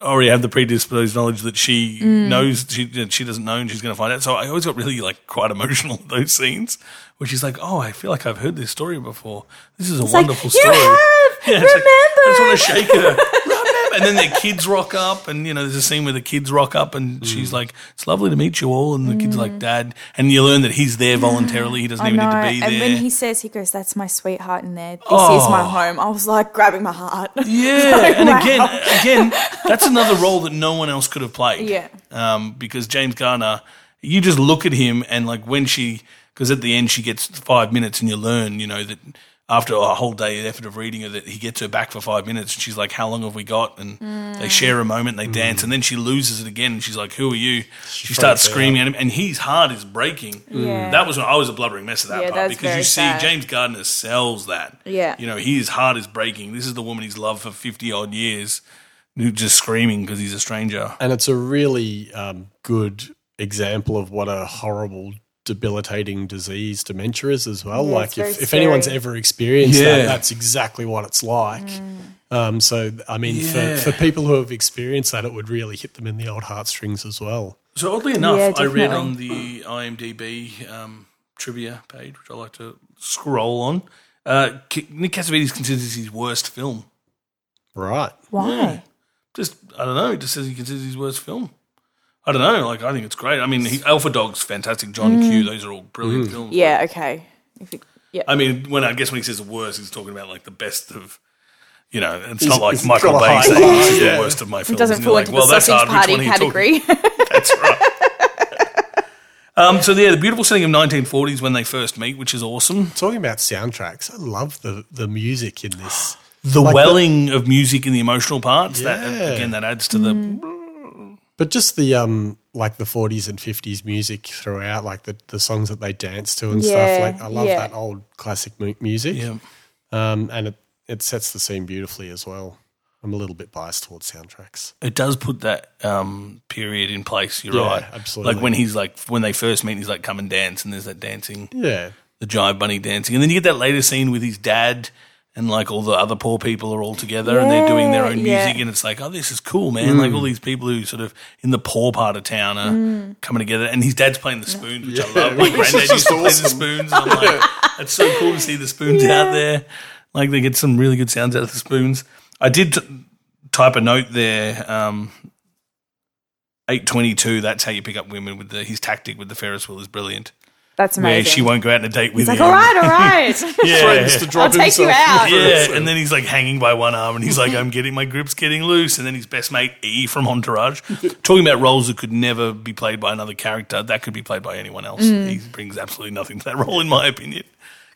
I already have the predisposed knowledge that she
Mm.
knows she that she doesn't know and she's going to find out. So I always got really like quite emotional [LAUGHS] at those scenes where she's like, "Oh, I feel like I've heard this story before. This is a
like,
wonderful
"You
story." [LAUGHS]
have!
it's like, I
Remember!" [LAUGHS]
just want to shake her. Remember. And then their kids rock up, and you know, there's a scene where the kids rock up, and
Mm.
she's like, "It's lovely to meet you all," and the kids are like, "Dad," and you learn that he's there voluntarily. He doesn't
I
even
know.
need to be
And
there.
when he says, he goes, that's my sweetheart in there. This
Oh.
is my home. I was like grabbing my
[LAUGHS]
heart. [LAUGHS]
Yeah,
Like,
and
wow.
again, again, that's another role that no one else could have played.
Yeah.
um, because James Garner, you just look at him and like when she, because at the end she gets five minutes, and you learn, you know, that after a whole day of effort of reading her, that he gets her back for five minutes, and she's like, "How long have we got?" And
Mm.
they share a moment, they dance, and then she loses it again, and she's like, "Who are you?" She
Mm.
starts
freaks out.
screaming at him, and his heart is breaking.
Yeah.
That was when I was a blubbering mess at that
Yeah,
part
that's
because you
very
see
sad.
James Gardner sells that.
Yeah.
you know, his heart is breaking. This is the woman he's loved for fifty odd years, who just screaming because he's a stranger.
And it's a really um, good example of what a horrible, debilitating disease dementia is as well.
Yeah,
like,
it's very
if, if anyone's
scary. Mm.
ever experienced
Yeah.
that, that's exactly what it's like. Um, so, I mean,
Yeah.
for, for people who have experienced that, it would really hit them in the old heartstrings as well.
So oddly enough,
Yeah,
I read
definitely.
on the IMDb um, trivia page, which I like to scroll on. Uh, K- Nick Cassavetes considers his worst film.
Right.
Why?
Just I don't know. He just says he considers his worst film. I don't know. Like I think it's great. I mean, he, Alpha Dog's fantastic. John Q. Those are all brilliant films.
Mm. Yeah, okay. If it, yeah.
I mean, when I guess when he says the worst, he's talking about like the best of, you know, it's
He's-
not like
he's
Michael
got a
Bay
high
saying
bar,
this is the
yeah.
worst of my films.
it doesn't
And you're
fall into the
that's
sausage
hard. Which
party
one are you talking
category.
[LAUGHS]
[LAUGHS]
that's right. [LAUGHS] um, so yeah, the beautiful setting of 1940s when they first meet, which is awesome.
Talking about soundtracks, I love the, the music in this.
The
Like the-
welling of music in the emotional parts.
Yeah.
That again, that adds to the.
Mm.
But just the um like the forties and fifties music throughout, like the, the songs that they dance to and
Yeah,
stuff. Like I love
yeah.
that old classic mu- music.
Yeah.
Um, and it it sets the scene beautifully as well. I'm a little bit biased towards soundtracks.
It does put that um, period in place. You're
Yeah,
right.
absolutely.
Like when he's like when they first meet, he's like, "Come and dance," and there's that dancing.
Yeah,
the jive bunny dancing, and then you get that later scene with his dad and like all the other poor people are all together and they're doing their own
Yeah, yeah.
music, and it's like, oh, this is cool,
Mm.
man! Like all these people who sort of in the poor part of town are
Mm.
coming together, and his dad's playing the spoons, which I love.
[LAUGHS]
My
which is
granddad used to
just
play the
awesome.
spoons, and I'm like,
[LAUGHS]
it's so cool to see the spoons out there. Like they get some really good sounds out of the spoons. I did t- type a note there. Um, 822 that's how you pick up women with the, his tactic with the ferris wheel is brilliant
That's
where
amazing.
she won't go out on a date with
He's like,
him
all right, all right.
[LAUGHS] yeah.
Threatens to
I'll
drop
take you
himself.
out.
Yeah, and then he's like hanging by one arm, and he's like, "I'm getting my grip's getting loose." And then his best mate E from
[LAUGHS]
Entourage, talking about roles that could never be played by another character, that could be played by anyone else.
Mm.
He brings absolutely nothing to that role, in my opinion.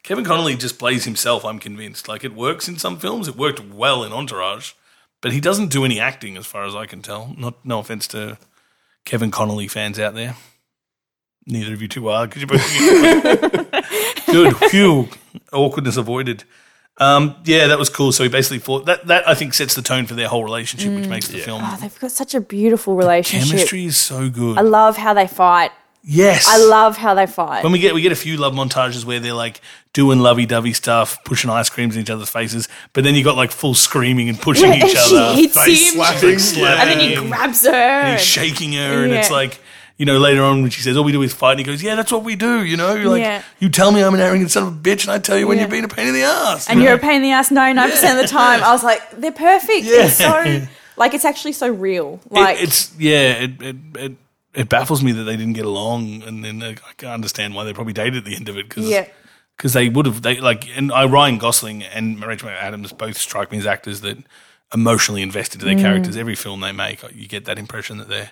Kevin Connolly just plays himself. I'm convinced. Like it works in some films. It worked well in Entourage, but he doesn't do any acting, as far as I can tell. Not no offense to Kevin Connolly fans out there. Neither of you two are because you're both
[LAUGHS]
good. Phew, awkwardness avoided. Um, yeah, that was cool. So he basically fought that. That I think sets the tone for their whole relationship, which makes the film
Oh, they've got such a beautiful relationship.
chemistry is so good.
I love how they fight.
yes,
I love how they fight. [LAUGHS]
When we get we get a few love montages where they're like doing lovey dovey stuff, pushing ice creams in each other's faces, but then you got like full screaming and pushing
Yeah, and
each
she
other,
hits
face
him.
slapping,
and then he
slapping.
grabs her. and-
he's shaking her, and it's
Yeah.
like, you know, later on when she says, "All we do is fight," and he goes, "Yeah, that's what we do." You know, like
Yeah.
you tell me I'm an arrogant son of a bitch, and I tell you when
Yeah.
you've been a pain in the ass.
and you're a pain in the ass 99% of the time. I was like, they're perfect. It's so, like, it's actually so real. Like,
it, it's yeah, it it, it it baffles me that they didn't get along, and then uh, I can't understand why they probably dated at the end of it because
Yeah.
they would have they like and I Ryan Gosling and Rachel Adams both strike me as actors that emotionally invested to
Mm.
their characters. Every film they make, uh, you get that impression that they're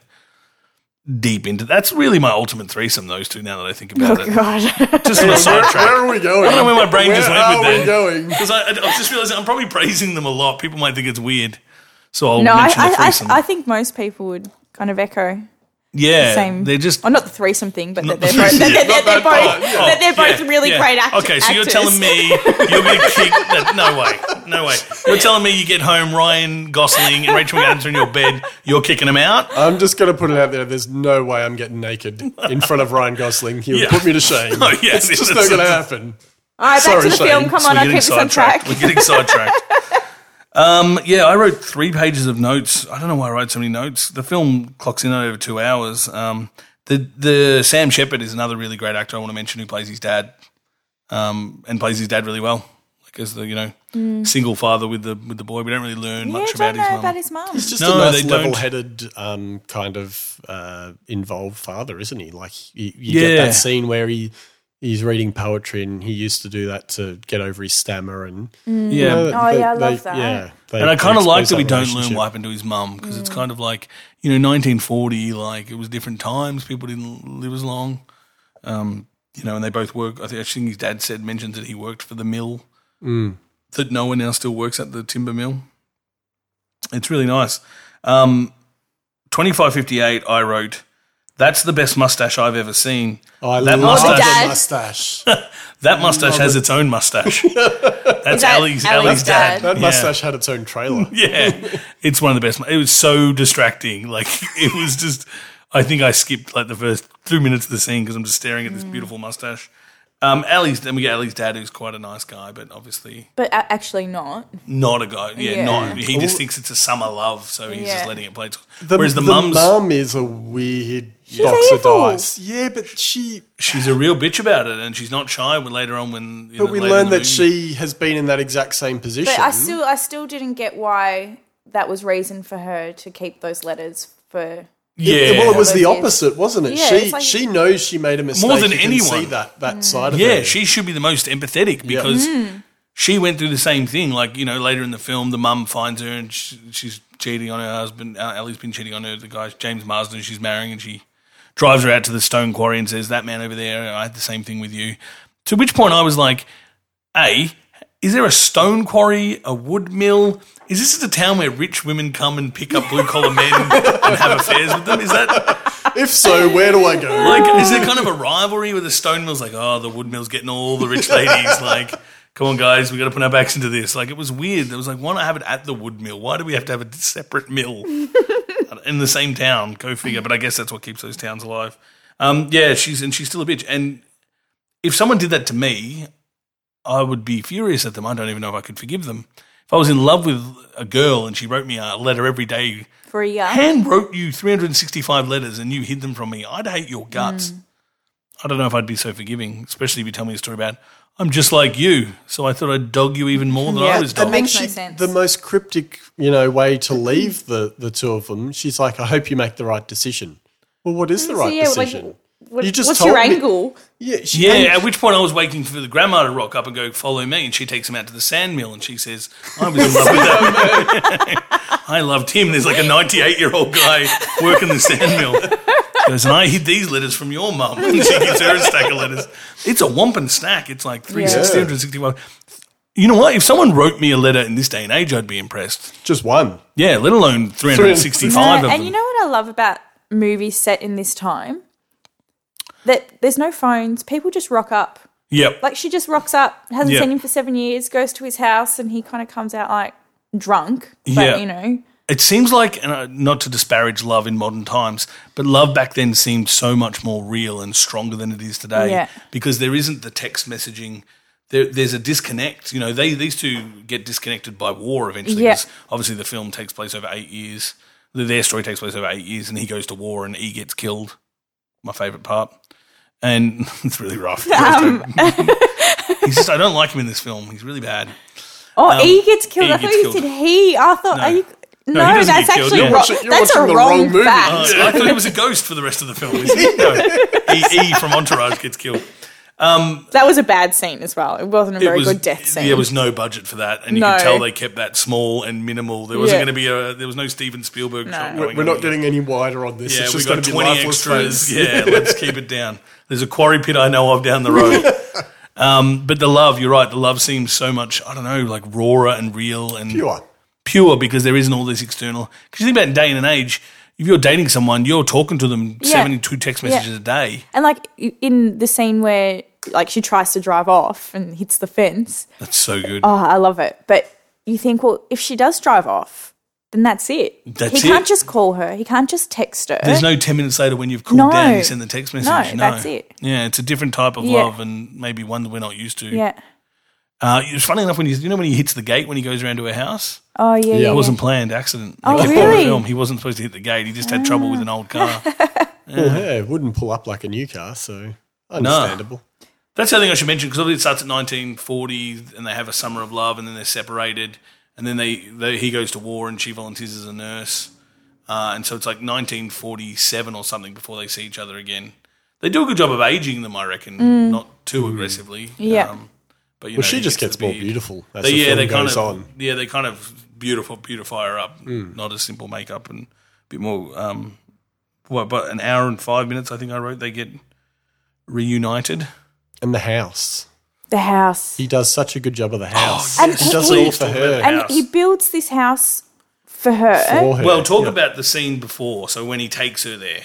deep into. That's really my ultimate threesome. Those two. Now that I think
[LAUGHS]
about it,
Oh, God.
just on a sidetrack.
Where are we going?
I don't know where my brain just went
are
with
we
that.
going?
Because I, I was just realizing I'm probably praising them a lot. People might think it's weird. So I'll
no, I,
mention the
I,
threesome.
I, I think most people would kind of echo
yeah,
same.
they're just
Well, not the threesome thing, but
Not
that they're
the
both,
threesome.
[LAUGHS] that they're,
Not
that they're
that
both,
part.
that they're both
yeah,
really
yeah.
great act- actors.
Okay, so you're telling
[LAUGHS]
me you're going to kick that? No way, no way. You're telling me you get home, Ryan Gosling and Rachel McAdams are in your bed. You're kicking them out.
I'm just going to put it out there. There's no way I'm getting naked in front of Ryan Gosling. He would
Yeah.
put me to shame.
[LAUGHS] Oh, yeah,
it's just
it's-
not going to
it's-
happen.
All right, back
Sorry,
to the
Shane.
film. Come
So
on,
we're
I'll
getting
keep us on
sidetracked.
track.
We're getting sidetracked.
[LAUGHS]
Um, yeah, I wrote three pages of notes. I don't know why I wrote so many notes. The film clocks in at over two hours. Um, the the Sam Shepard is another really great actor I want to mention who plays his dad, um, and plays his dad really well. Like as the you know single father with the with the boy, we don't really learn
Mm. Yeah,
much
don't
about his
know
mum.
about his mum.
He's just
No,
a nice
they don't.
level-headed um, kind of uh, involved father, isn't he? Like you, you get
Yeah.
that scene where he he's reading poetry and he used to do that to get over his stammer and
yeah,
Oh, yeah, I love that.
Yeah, they-
and I
they
kind of like
expose
that we don't learn
relationship.
what happened to his mum because it's kind of like you know 1940, like it was different times. People didn't live as long, um, you know, and they both work. I think actually his dad said mentioned that he worked for the mill
Mm.
that no one now still works at the timber mill. It's really nice. Um, 2558, I wrote. That's the best mustache I've ever seen.
Oh, I
That
love
mustache.
the
Dad.
mustache.
That mustache has its
[LAUGHS]
own mustache. That's
that
Ali's,
Ali's
Ali's dad.
dad?
That
Yeah.
mustache had its own trailer.
[LAUGHS] Yeah, it's one of the best. It was so distracting. Like [LAUGHS] it was just. I think I skipped like the first two minutes of the scene because I'm just staring at this
Mm.
beautiful mustache. Um, Ali's then we get Ali's dad, who's quite a nice guy, but obviously
But a- actually not.
not a guy. Yeah,
Yeah.
not. He just thinks it's a summer love, so he's
Yeah.
just letting it play.
The,
Whereas the,
the
mum's,
mum is a weird box of
evil.
dice. Yeah, but she.
she's a real bitch about it, and she's not shy. When later on, when you
But
know,
we
later in
learn
the
that
movie-
she has been in that exact same position.
But I still, I still didn't get why that was reason for her to keep those letters for.
yeah,
well, it was the
Yeah.
opposite, wasn't it?
Yeah,
she
it's like- Mm.
she knows she made a mistake.
than
You can see
anyone.
that that side of
Yeah,
her.
she should be the most empathetic because she went through the same thing. Like you know, later in the film, the mum finds her and she, she's cheating on her husband. Uh, Ellie's been cheating on her. The guy James Marsden, she's marrying, and she drives her out to the stone quarry and says, "That man over there, I had the same thing with you." To which point, I was like, "A, is there a stone quarry, a wood mill?" Is this a town where rich women come and pick up blue collar
[LAUGHS]
men and have affairs with them? Is that
If so, where do I go?
[LAUGHS] like, is there kind of a rivalry where the stone mill's like, oh, the wood mill's getting all the rich ladies? Like, come on, guys, we got to put our backs into this. Like, it was weird. It was like, why not have it at the wood mill? Why do we have to have a separate mill in the same town? Go figure. But I guess that's what keeps those towns alive. Um, yeah, she's and she's still a bitch. And if someone did that to me, I would be furious at them. I don't even know if I could forgive them. If I was in love with a girl and she wrote me a letter every day
For a year.
hand wrote you 365 letters and you hid them from me, I'd hate your guts.
Hmm.
I don't know if I'd be so forgiving, especially if you tell me a story about, I'm just like you, so I thought I'd dog you even more than I
Yeah,
was
that
dogged.
makes no sense.
The most cryptic, you know, way to leave the the two of them. She's like, I hope you make the right decision. Well, what is the
Mm, So,
right
yeah, like,
decision?
what-
You just
what's your
told me-
angle?
yeah, she,
Yeah,
and-
at which point I was waiting for the grandma to rock up and go, follow me. And she takes him out to the sand mill and she says, I was in love with that. [LAUGHS] I loved him. There's like a 98 year old guy working the sand mill. She goes, and I hid these letters from your mum. [LAUGHS] And she gives her a stack of letters. It's a wampum stack. It's like 361. You know what? If someone wrote me a letter in this day and age, I'd be impressed.
just one.
Yeah, let alone 365
No,
of
and
them.
you know what I love about movies set in this time? That there's no phones. People just rock up.
yep.
Like she just rocks up, hasn't
Yeah.
seen him for seven years, goes to his house, and he kind of comes out like drunk. But
Yeah.
you know,
It seems like, and uh, not to disparage love in modern times, but love back then seemed so much more real and stronger than it is today.
Yeah.
Because there isn't the text messaging. There, there's a disconnect. You know, they these two get disconnected by war eventually.
Yeah.
'cause Obviously, the film takes place over eight years. The- Their story takes place over eight years, and he goes to war, and he gets killed. My favorite part, and [LAUGHS] it's really rough. He goes
Um.
to- he's just, I don't like him in this film. He's really bad.
oh, he gets
he
killed. I thought
Um, E gets
you
killed.
said he. I thought are you. No,
he doesn't
that's
get killed.
actually
You're
wrong.
watching- you're
that's a
watching the
wrong,
wrong movie.
fact.
Oh, I thought he was a ghost for the rest of the film. Is he? No. E, e from Entourage gets killed.
That was a bad scene as well. It wasn't a very
was,
good death scene.
There was no budget for that, and you
No.
could tell they kept that small and minimal. There wasn't
Yeah.
going to be a. There was no Steven Spielberg. shot
We're,
going
we're
on
not
here.
getting any wider on this.
Yeah,
it's
we
just
got
going to be
twenty
lifeless
extras.
extras.
Yeah, let's keep it down. There's a quarry pit I know of down the road.
[LAUGHS]
Um, but the love, you're right. The love seems so much. I don't know, like rawer and real and
[LAUGHS] You are.
pure because there isn't all this external. Because you think about day and an age, if you're dating someone, you're talking to them
Yeah.
72 text
Yeah.
messages a day.
And like in the scene where like she tries to drive off and hits the fence.
That's so good.
Oh, I love it. But you think, well, if she does drive off, then that's it.
That's
he can't
it.
just call her. He can't just text her.
There's no 10 minutes later when you've cooled
No.
down, you send the text
No,
message. No,
that's it.
Yeah, it's a different type of
Yeah.
love and maybe one that we're not used to.
yeah.
Uh, it's funny enough when you, you know when he hits the gate when he goes around to her house?
Oh yeah.
Yeah,
It
it
yeah.
wasn't planned accident.
Oh,
They kept on the
really?
film. He wasn't supposed to hit the gate. He just had trouble with an old
[LAUGHS]
car.
Well, yeah, it wouldn't pull up like a new car, so understandable.
That's the other thing I should mention because it starts at 1940 and they have a summer of love and then they're separated and then they, they he goes to war and she volunteers as a nurse. Uh, and so it's like 1947 or something before they see each other again. They do a good job of aging them, I reckon, not too aggressively. Um,
Yeah.
but
Mm.
you
Well,
know,
she
he
just gets
the
more
beard.
beautiful as
They-
the
yeah,
film
they
goes
kind of
on. Mm.
yeah they kind of beautiful beautify her up, not a simple makeup and a bit more. Um, what, but an hour and five minutes, I think I wrote. They get reunited.
And the house.
The house.
He does such a good job of the house.
yes.
Oh, And
he
he-
does it all
he-
for her.
and
house.
he builds this house for her.
For her.
Well, talk
uh, Yeah.
about the scene before. So when he takes her there.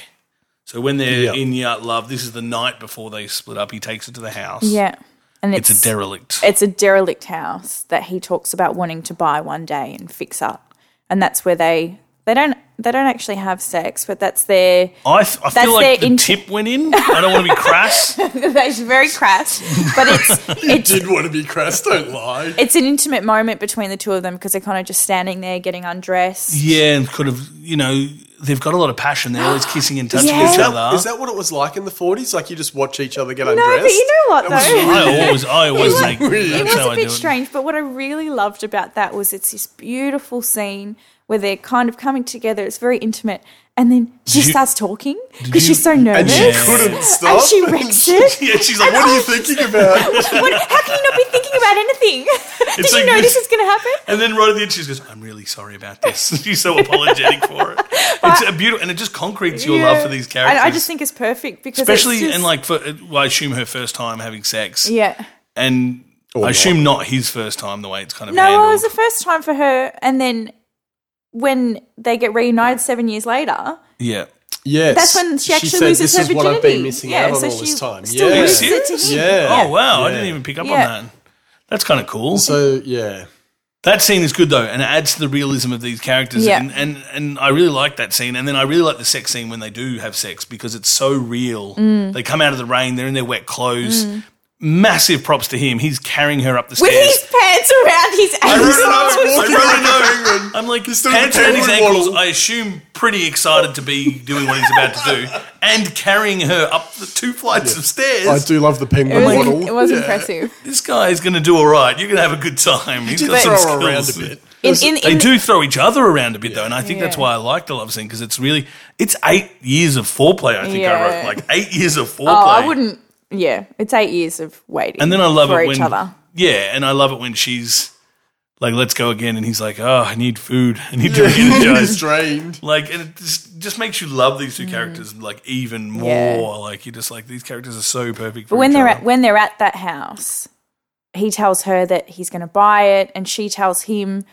So when
Yeah.
they're in Yacht Love, this is the night before they split up. He takes her to the house.
yeah. And it's,
It's a derelict.
it's a derelict house that he talks about wanting to buy one day and fix up. And that's where they they don't they don't actually have sex, but that's their [LAUGHS]
I, th- I
That's
feel like
their
the
int-
tip went in. I don't want to be
[LAUGHS]
crass.
that's very crass. But
[LAUGHS]
it's it's
Did want to be crass, don't lie.
it's an intimate moment between the two of them because they're kind of just standing there getting undressed.
Yeah, and could have, you know, they've got a lot of passion. They're always kissing and touching
Yeah.
each
Is
other.
that, is that what it was like in the 40s? Like you just watch each other get
No,
undressed?
but you know what
That
though?
I always, I always
was-
make.
it
It
that's
was
how
a
I do
bit
it.
strange, but what I really loved about that was it's this beautiful scene where they're kind of coming together. It's very intimate, and then she
you-
starts talking because
you-
she's so
And
nervous,
she
Yeah.
couldn't stop.
and she
[LAUGHS]
wrecks it.
Yeah, she's like,
what are you thinking about?
What, how can you not be thinking about anything? [LAUGHS] Did
It's
you
like
know
this-
this is going to happen?
And then right at the end, she goes, "I'm really sorry about this." [LAUGHS] She's so apologetic for it. It's a beautiful, and it just concretes your love
Yeah.
for these characters.
I, I just think it's perfect because it's
especially
just-
and like for well, I assume her first time having sex,
yeah.
and
Or
I
not.
assume not his first time. The way it's kind of
No, well, it
handled.
was the first time for her, and then when they get reunited seven years later,
yeah.
Yes.
that's when she actually
said,
loses
this
her
is what I've been
virginity."
missing
Yeah,
out on
so
all
she
this time.
still
yeah.
loses it to him.
Yeah.
Oh wow, I
Yeah.
didn't even pick up
Yeah.
on that. That's kind of cool.
So, yeah.
that scene is good though, and it adds to the realism of these characters.
Yeah.
And, and and I really like that scene. And then I really like the sex scene when they do have sex because it's so real.
Mm.
They come out of the rain, they're in their wet clothes. Massive props to him. He's carrying her up the
with
stairs.
his pants around his
I wrote
ankles.
a note.
walking
[LAUGHS]
like a penguin.
I wrote a note. I'm like,
still
pants
the
around his
penguin
ankles.
waddle.
I assume pretty excited to be doing what he's about to do, and carrying her up the two flights of stairs.
I do love the penguin
It was,
"Oh,
model.
it was
Yeah.
impressive.
This guy is going to do all right. You're going to have a good time. He's
Did
got some
throw her
skills.
around a bit.
In, in,
They
in-
do throw each other around a bit though, and I think that's
Yeah.
why I like the love scene because it's really it's eight years of foreplay. I think I wrote
Yeah.
like eight years of foreplay.
Oh, I wouldn't. Yeah, it's eight years of waiting.
And then I love
for
it
each
when
other.
yeah, and I love it when she's like, "Let's go again," and he's like, "Oh, I need food. I need [LAUGHS]
[LAUGHS]
to re-energize."
He's drained.
Like, and it just just makes you love these two characters like even more.
Mm. Yeah.
Like, you're just like these characters are so perfect. For
But when
each
they're
other.
at when they're at that house, he tells her that he's going to buy it, and she tells him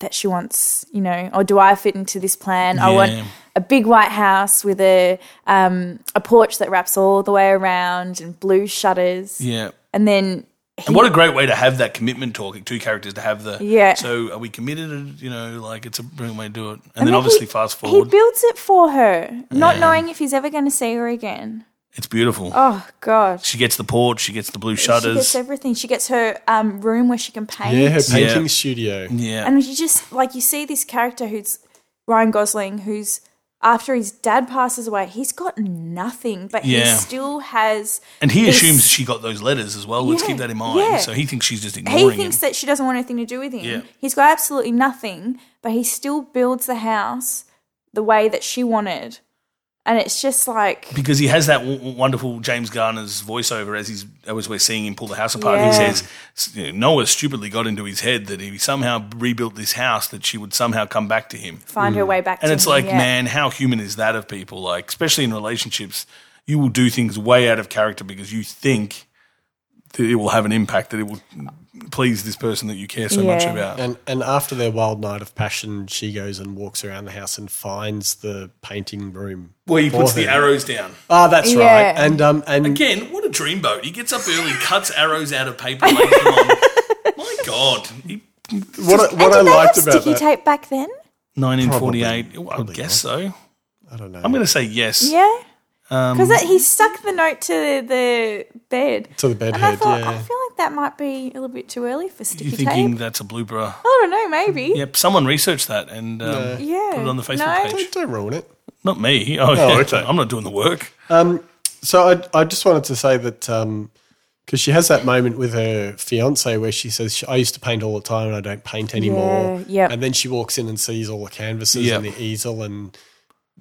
that she wants, you know, or do I fit into this plan? I
Yeah.
want a big white house with a um, a porch that wraps all the way around and blue shutters,
yeah.
and then
And what a great way to have that commitment talk, two characters to have the
Yeah.
So are we committed? You know, like it's a brilliant way to do it. And, then
he-
obviously fast
he
forward,
builds it for her, not knowing if he's ever going to see her again.
it's beautiful.
Oh God.
She gets the porch, she gets the blue
She
shutters.
gets everything. She gets her um, room where she can paint.
Yeah, her painting
Yeah.
studio.
yeah.
And you just like you see this character who's Ryan Gosling, who's after his dad passes away, he's got nothing, but
Yeah.
he still has.
and he
this-
assumes she got those letters as well. Let's
Yeah,
keep that in mind.
yeah.
So he thinks she's just
He
ignoring
thinks
him.
that she doesn't want anything to do with him.
Yeah.
He's got absolutely nothing, but he still builds the house the way that she wanted, and it's just like
because he has that w- w- wonderful James Garner's voiceover as he's as we're seeing him pull the house apart.
Yeah.
He says s- you know, Noah stupidly got into his head that if he somehow rebuilt this house, that she would somehow come back to him.
find her way back.
And
to
it's
him,
like,
yeah.
man, how human is that of people? Like, especially in relationships, you will do things way out of character because you think that it will have an impact that it will please this person that you care so much
Yeah.
about.
And and after their wild night of passion, she goes and walks around the house and finds the painting room.
Where he puts
for
the
her.
arrows down.
Oh, that's right.
Yeah.
And um and
Again, what a dreamboat. He gets up early, cuts arrows out of paper, lays them
[LAUGHS]
on. My God. He,
what I, what I
Did they
liked
have
about
sticky
that,
tape back then?
1948. I
probably
guess so.
I don't know.
I'm going to say yes. Um,
Yeah. Because he stuck the note to the bed.
to the bed
and I
head,
thought, I
yeah.
feel like that might be a little bit too early for sticky
You're
tape.
thinking that's a blooper.
I don't know, maybe.
Yep, someone researched that and um,
Yeah.
put it on the Facebook
No.
page.
Don't, don't ruin it.
Not me. [LAUGHS] Oh, yeah.
okay.
I'm not doing the work.
So I, I just wanted to say that because she has that moment with her fiance where she says, "I used to paint all the time and I don't paint anymore."
Yeah, yep.
And then she walks in and sees all the canvases
Yep.
and the easel, and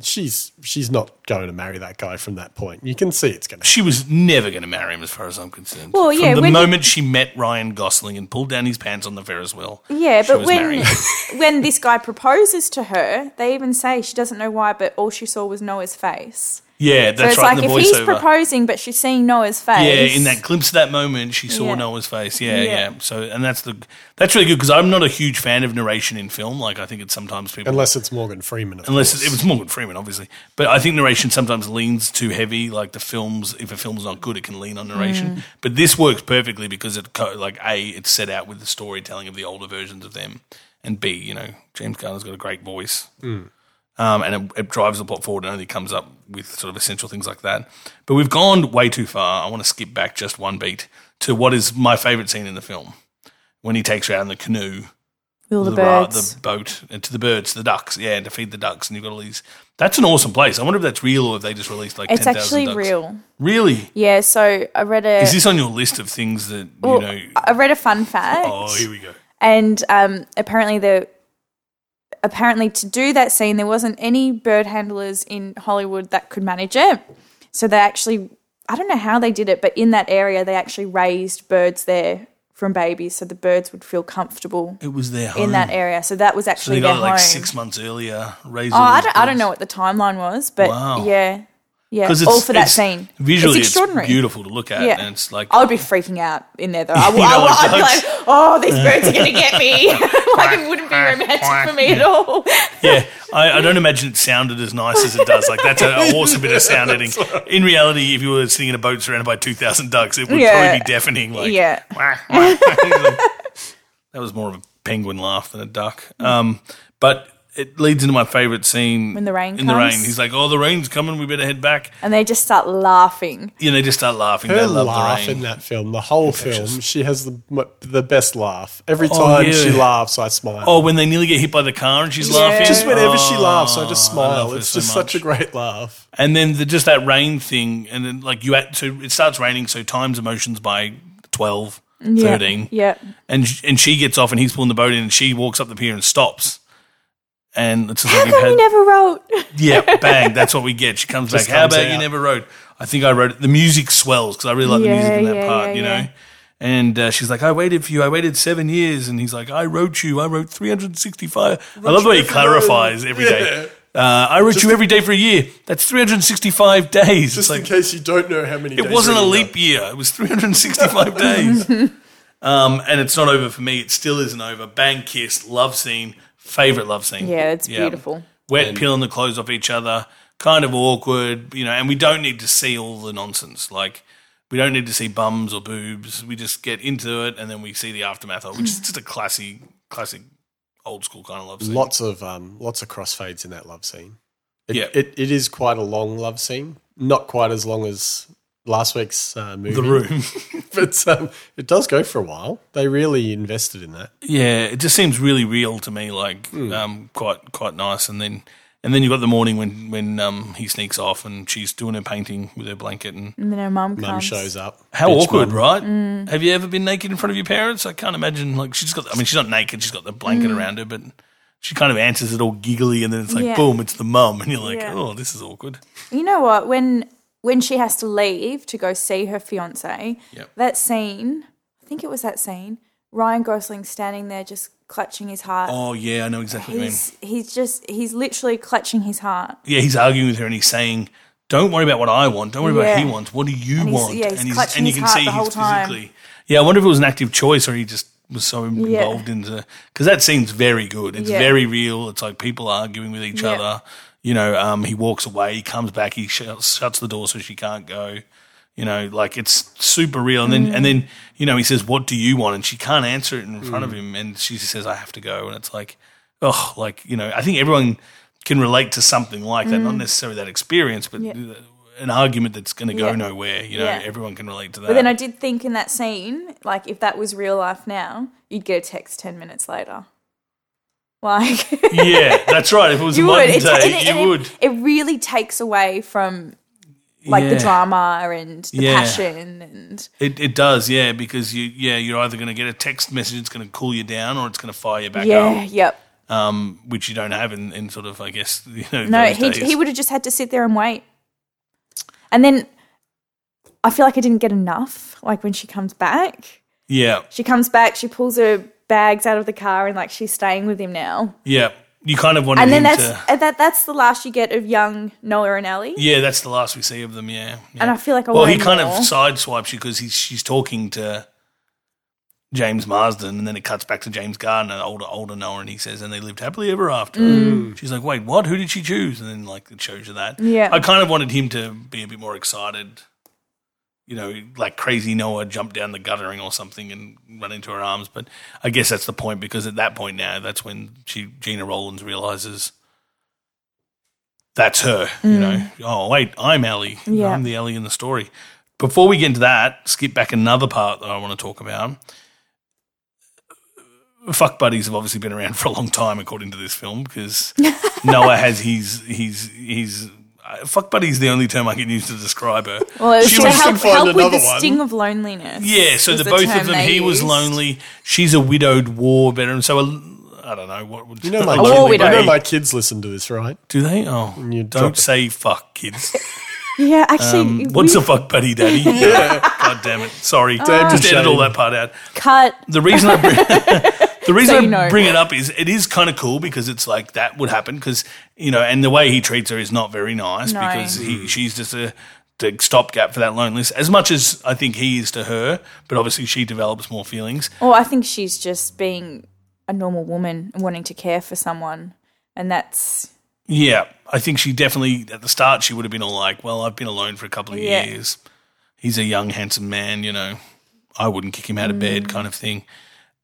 she's she's not going to marry that guy from that point. You can see it's going to.
She was never going to marry him, as far as I'm concerned.
Well, yeah,
From the
when-
moment she met Ryan Gosling and pulled down his pants on the Ferris wheel.
Yeah,
she
but
was
when
married. [LAUGHS]
[LAUGHS] when this guy proposes to her, they even say she doesn't know why, but all she saw was Noah's face.
yeah,
So
that's
it's
right.
like
in
if
the
he's
voiceover.
proposing, but she's seeing Noah's face.
Yeah, in that glimpse of that moment, she saw
Yeah.
Noah's face. Yeah, yeah,
Yeah.
So, and that's the that's really good because I'm not a huge fan of narration in film. Like, I think it's sometimes people
Unless it's Morgan Freeman. of
unless
course.
it, it was Morgan Freeman, obviously. But I think narration sometimes leans too heavy. Like the films, if a film's not good, it can lean on narration.
Mm.
But this works perfectly because it co- like a it's set out with the storytelling of the older versions of them, and b you know James Garner's got a great voice. Um, and it, it drives the plot forward and only comes up with sort of essential things like that. But we've gone way too far. I want to skip back just one beat to what is my favorite scene in the film when he takes her out in the canoe
with all the,
the, ra-
birds.
the boat and to the birds, the ducks, yeah, and to feed the ducks. And you've got all these. That's an awesome place. I wonder if that's real or if they just released like
it's
10,000
actually
ducks.
real.
Really?
Yeah. So I read a.
Is this on your list of things that
well, uh,
you know?
I read a fun fact.
oh, here we go.
and um, apparently the apparently to do that scene there wasn't any bird handlers in Hollywood that could manage it so they actually I don't know how they did it but in that area they actually raised birds there from babies so the birds would feel comfortable
It was their home.
in that area so that was
Oh. so they
actually
got
their
it like
home
six months earlier. Raised
oh I don't, I don't know what the timeline was but
Wow.
yeah yeah
Because
all for that scene
Visually, it's,
it's extraordinary
beautiful to look at,
Yeah. Oh,
and it's like
I would be freaking out in
[LAUGHS]
there though. I would,
You know
I
what,
would, I'd be
dogs?
like, oh, these birds are going to get me. [LAUGHS] like it wouldn't be romantic for me at all.
yeah, I, I don't imagine it sounded as nice as it does. Like that's an
[LAUGHS]
awesome bit of sound editing. In reality, if you were sitting in a boat surrounded by two thousand ducks, it would
Yeah.
probably be deafening. Like
yeah.
[LAUGHS] that was more of a penguin laugh than a duck. Um, but it leads into my favourite scene
When the rain
in the rain.
comes.
He's like, "Oh, the rain's coming. We better head back."
And they just start laughing.
You know, they just start laughing.
Her
they love
laugh
the rain.
in that film, the whole film, she has the m- the best laugh. Every time she
yeah.
laughs, I smile.
oh, when they nearly get hit by the car and she's
Yeah.
laughing.
just whenever she
Oh.
laughs, I just smile.
her
it's
so
just such
much.
a great laugh.
And then the, just that rain thing, and then like you, act, so it starts raining, so times emotions by 12, 13.
Yeah.
And, sh- and she gets off, and he's pulling the boat in, and she walks up the pier and stops. And it's just
How
like you've
come you
had,
never wrote? [LAUGHS]
yeah, bang, that's what we get. She comes back,
Just
how
comes
about you
out."
never wrote? I think I wrote it. The music swells because I really like the
Yeah,
music in that
yeah,
part,
yeah,
you know.
yeah.
And uh, she's like, I waited for you. I waited seven years. And he's like, I wrote you. I wrote 365. I love the way he clarifies every day. Uh, I wrote you every day for a year. That's 365 days. It's
Just in
like,
case you don't know how many.
it wasn't a leap year. It was
[LAUGHS]
365 days. Um, and it's not over for me. It still isn't over. Bang, kiss, love scene, favorite love scene.
Yeah, it's beautiful.
Wet, peeling the clothes off each other, kind of awkward, you know. And we don't need to see all the nonsense. Like we don't need to see bums or boobs. We just get into it, and then we see the aftermath of, it, which is just a classy, classic, old school kind of love scene.
Lots of um, lots of crossfades in that love scene. It,
Yeah.
it, it is quite a long love scene. Not quite as long as last week's uh, movie,
the room.
[LAUGHS] but um, it does go for a while. They really invested in that.
[LAUGHS] Yeah, it just seems really real to me. Like, um, quite quite nice. And then and then you have got the morning when when um he sneaks off and she's doing her painting with her blanket. And
And then her mum comes.
Mum shows up.
how
Bitch
awkward,
mum.
right?
Mm.
Have you ever been naked in front of your parents? I can't imagine. Like, she's got. I mean, she's not naked. She's got the blanket around her, but. She kind of answers it all giggly, and then it's like,
Mm. Yeah.
boom, it's the mum, and you're like,
Yeah.
oh, this is awkward.
You know what? When when she has to leave to go see her fiance,
Yep.
that scene, I think it was that scene, Ryan Gosling standing there just clutching his heart.
Oh yeah, I know exactly what you mean.
he's he's just he's literally clutching his heart.
Yeah, he's arguing with her, and he's saying, don't worry about what I want. Don't worry about
Yeah.
what he wants. What do you
And he's-
want?
yeah, he's clutching his heart the whole time.
physically. Yeah, I wonder if it was an active choice or he just was so
Yeah.
involved into because that scene's very good. It's
Yeah.
very real. It's like people arguing with each
Yeah.
other. You know, um, he walks away. He comes back. He sh- shuts the door so she can't go. You know, like it's super real. And then, and then, you know, he says, "What do you want?" And she can't answer it in front
Mm.
of him. And she says, "I have to go." And it's like, oh, like you know, I think everyone can relate to something like that.
Mm.
Not necessarily that experience, but an argument that's going to go
Yeah.
nowhere. You know,
Yeah.
everyone can relate to that.
But then I did think in that scene, like if that was real life now, you'd get a text ten minutes later. Like [LAUGHS]
yeah, that's right. If it was
you would,
modern
It's-
day,
and it-
you
and it-
would.
It really takes away from like
Yeah.
the drama and the
Yeah.
passion and
It, it does, yeah, because you yeah you're either going to get a text message that's going to cool you down or it's going to fire you back
yeah, yep.
up, um, which you don't have in, in sort of I guess [LAUGHS] you know
No,
those
he
days.
he would have just had to sit there and wait. And then I feel like I didn't get enough. Like when she comes back,
yeah
she comes back, she pulls her bags out of the car, and like she's staying with him now.
yeah you kind of want
And then
him
that's
to
and that that's the last you get of young Noah and Ellie.
yeah that's the last we see of them yeah, yeah.
And I feel like I
well he
wanted
kind of
more.
sideswipes you because he's she's talking to James Marsden and then it cuts back to James Gardner older older Noah and he says and they lived happily ever after she's like wait what who did she choose and then like it shows you that
Mm. Yeah.
I kind of wanted him to be a bit more excited you know, like crazy Noah jumped down the guttering or something and run into her arms. But I guess that's the point because at that point now, that's when she Gina Rollins realizes that's her. You know, oh wait, I'm Ellie.
Yeah.
I'm the Ellie in the story. Before we get into that, skip back another part that I want to talk about. Fuck buddies have obviously been around [LAUGHS] for a long time, according to this film, because Noah has his his his. Uh, fuck buddy's the only term I can use to describe her.
well, it was
She
to
was-
help,
should find
help with the
another one.
sting of loneliness.
Yeah, so
is
the, both
term
of them,
they
he was
used.
lonely. She's a widowed war veteran. So I I don't know what would
You know my,
a lonely
war
kid,
widow.
you know
babe.
my kids listen to this, right?
Do they? Oh,
you
don't
dropped it.
say fuck,
[LAUGHS]
kids.
Yeah, actually,
Um, what's
we
a fuck,
[LAUGHS]
buddy, daddy? God damn it! Sorry,
Oh.
just edit
shame.
all that part out.
cut?
The reason I
[LAUGHS]
bring, [LAUGHS] the reason
So
I
you know.
bring it up is it is kind of cool because it's like that would happen because you know, and the way he treats her is not very nice
No.
because
Mm.
he, she's just a, a stopgap for that loneliness. As much as I think he is to her, but obviously she develops more feelings.
Well, I think she's just being a normal woman and wanting to care for someone, and that's
Yeah, I think she definitely at the start she would have been all like, "Well, I've been alone for a couple of
Yeah.
years. He's a young, handsome man. You know, I wouldn't kick him out of
Mm.
bed, kind of thing."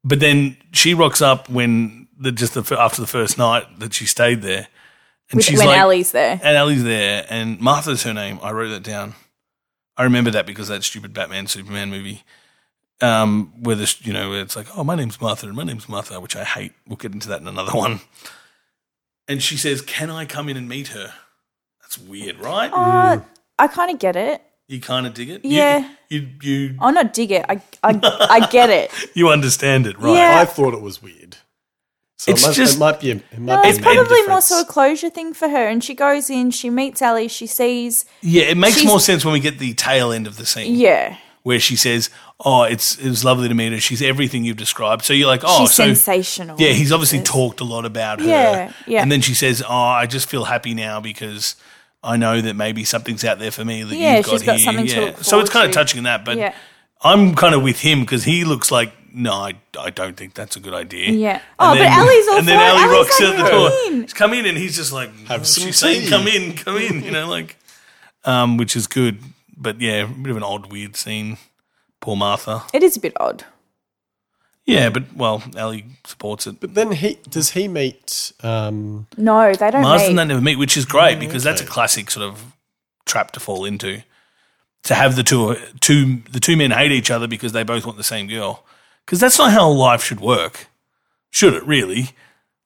But then she rocks up when the just the, after the first night that she stayed there, and
with,
she's
when
like,
Ellie's there.
and Ellie's there, and Martha's her name. I wrote that down. I remember that because of that stupid Batman Superman movie, um, where this you know where it's like, oh, my name's Martha, and my name's Martha, which I hate. We'll get into that in another one. And she says, "Can I come in and meet her?" That's weird, right?
Oh, I kind of get it.
You kind of dig it,
Yeah.
You you you,
I'll not dig it. I I, I
[LAUGHS]
get it.
you understand it, right?
Yeah.
I thought it was weird. So
It's
it, must,
just-
it might be. A, it might
No,
be
Uh, it's
a man
probably more so a
difference.
closure thing for her. And she goes in, she meets Ellie, she sees,
Yeah, it makes
She's-
more sense when we get the tail end of the scene.
yeah,
Where she says, "Oh, it's it was lovely to meet her. She's everything you've described." So you're like, "Oh,
she's
so
sensational.
Yeah, he's obviously talked a lot about her.
Yeah, yeah.
And then she says, "Oh, I just feel happy now because I know that maybe something's out there for me that
Yeah,
you've got
she's got
here."
something to
yeah.
look
so it's
forward
kind of
to.
touching that, but
Yeah.
I'm kind of with him because he looks like, "No, I, I don't think that's a good idea."
Yeah.
And
Oh, but Ellie's all
And then
for it.
Ellie
Ellie's
rocks
like,
out the door.
"Come in."
She's come in, and he's just like,
Have
"Oh,
some
"She's saying,
tea."
come in, come in," you know, like, um, which is good, but yeah, a bit of an odd, weird scene. Poor Martha.
It is a bit odd.
Yeah, but well, Ellie supports it.
But then he does he meet? Um,
No, they don't
Marsden
meet.
they never meet, which is great
Oh,
because that's a classic sort of trap to fall into. To have the two two the two men hate each other because they both want the same girl. Because that's not how life should work, should it? Really, you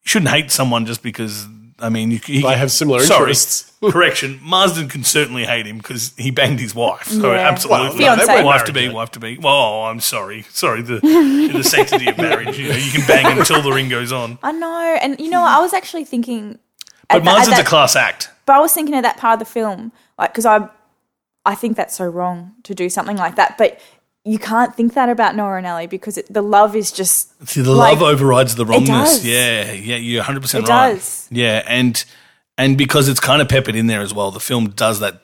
shouldn't hate someone just because. I mean, you, he,
They have similar
Sorry,
interests. [LAUGHS]
correction. Marsden can certainly hate him because he banged his wife. So
Yeah.
absolutely,
Well, no, they weren't
wife to
married
be, wife to be. Well, I'm sorry, sorry. The the sanctity of marriage. You know, you can bang until the ring goes on.
I know. And you know, what? I was actually thinking.
But
at the- at
Marsden's a
that-
class act.
But I was thinking of that part of the film, like because I, I think that's so wrong to do something like that. But you can't think that about Nora and Ellie because it, the love is just
See, the
Like,
love overrides the wrongness.
does.
Yeah, yeah, you're 100 percent
It
right.
does.
Yeah, and and because it's kind of peppered in there as well, the film does that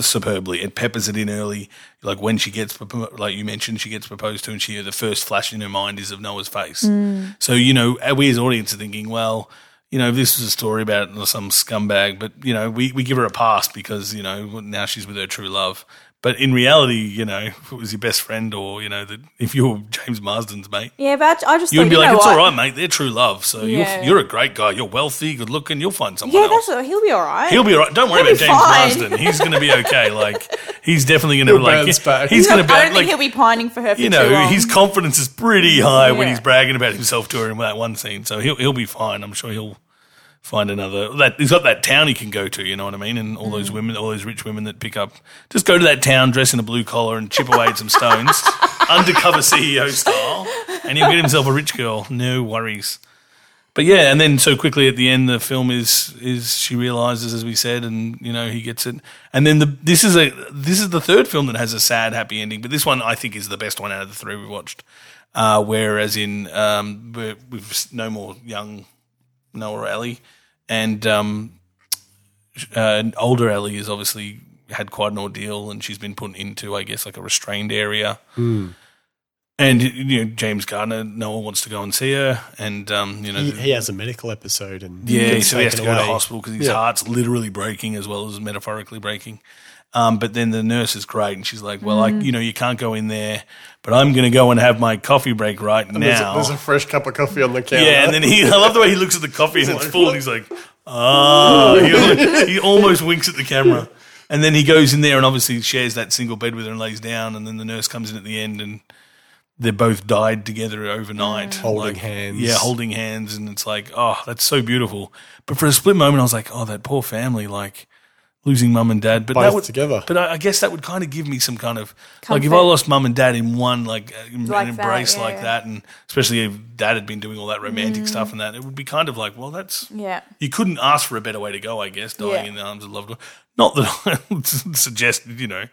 superbly. It peppers it in early, like when she gets, propo- like you mentioned, she gets proposed to, and she the first flash in her mind is of Noah's face.
Mm.
So you know, we as audience are thinking, well, you know, this was a story about some scumbag, but you know, we we give her a pass because you know now she's with her true love. But in reality, you know, [LAUGHS] if it was your best friend, or you know, that if you were [LAUGHS] James Marsden's mate,
Yeah, but I I just
you would
thought,
be
you
like,
know
"It's
what?
all right, mate. They're true love. So
Yeah.
you're you're a great guy. You're wealthy, good looking. You'll find someone
Yeah,
else.
that's all, he'll be all right.
He'll be all right. Don't worry
He'll
about
be
James
fine.
Marsden. He's going to be okay. Like he's definitely going to
He'll
like
bounce back.
he's
I
going to
don't
be
think
like
he'll be pining for her for
you
too
know
long.
his confidence is pretty high when
Yeah.
he's bragging about himself to her in that one scene. So he'll he'll be fine. I'm sure he'll find another. That he's got that town he can go to. You know what I mean? And all
Mm.
those women, all those rich women that pick up, just go to that town, dress in a blue collar, and chip away at some stones, [LAUGHS] undercover CEO style, and he'll get himself a rich girl. No worries. But yeah, and then so quickly at the end, the film is is she realizes, as we said, and you know he gets it, and then the this is a this is the third film that has a sad happy ending, but this one I think is the best one out of the three we watched. Uh, whereas in um, we're- we've s- no more young Noah Alley, and um, uh, older Ellie is obviously had quite an ordeal, and she's been put into, I guess, like a restrained area. And you know, James Gardner, no one wants to go and see her, and um, you know,
He, he has a medical episode and
yeah,
gets
so he has to
taken
go to
away.
hospital because his
Yeah.
heart's literally breaking as well as metaphorically breaking. Um, but then the nurse is great, and she's like, "Well,
Mm.
I, you know, you can't go in there, but I'm going to go and have my coffee break right
There's a,
now."
there's a fresh cup of coffee on the counter.
yeah, and then he, I love the way he looks at the coffee and it's full, and he's like, "Ah," he, he almost winks at the camera, and then he goes in there and obviously shares that single bed with her and lays down, and then the nurse comes in at the end and. They both died together overnight,
Mm. Holding
Like,
hands.
Yeah, holding hands, and it's like, oh, that's so beautiful. But for a split moment, I was like, oh, that poor family, like losing mum and dad. But that
Both
would,
together.
But I, I guess that would kind of give me some kind of like if
Comfort.
I lost mum and dad in one like, uh, in-
Like
an
that,
embrace
yeah, Mm.
like
yeah.
that, and especially if dad had been doing all that romantic stuff and that, it would be kind of like, well, that's
yeah.
you couldn't ask for a better way to go, I guess, dying
Yeah.
in the arms of loved one. Not that [LAUGHS] I would suggest, you know,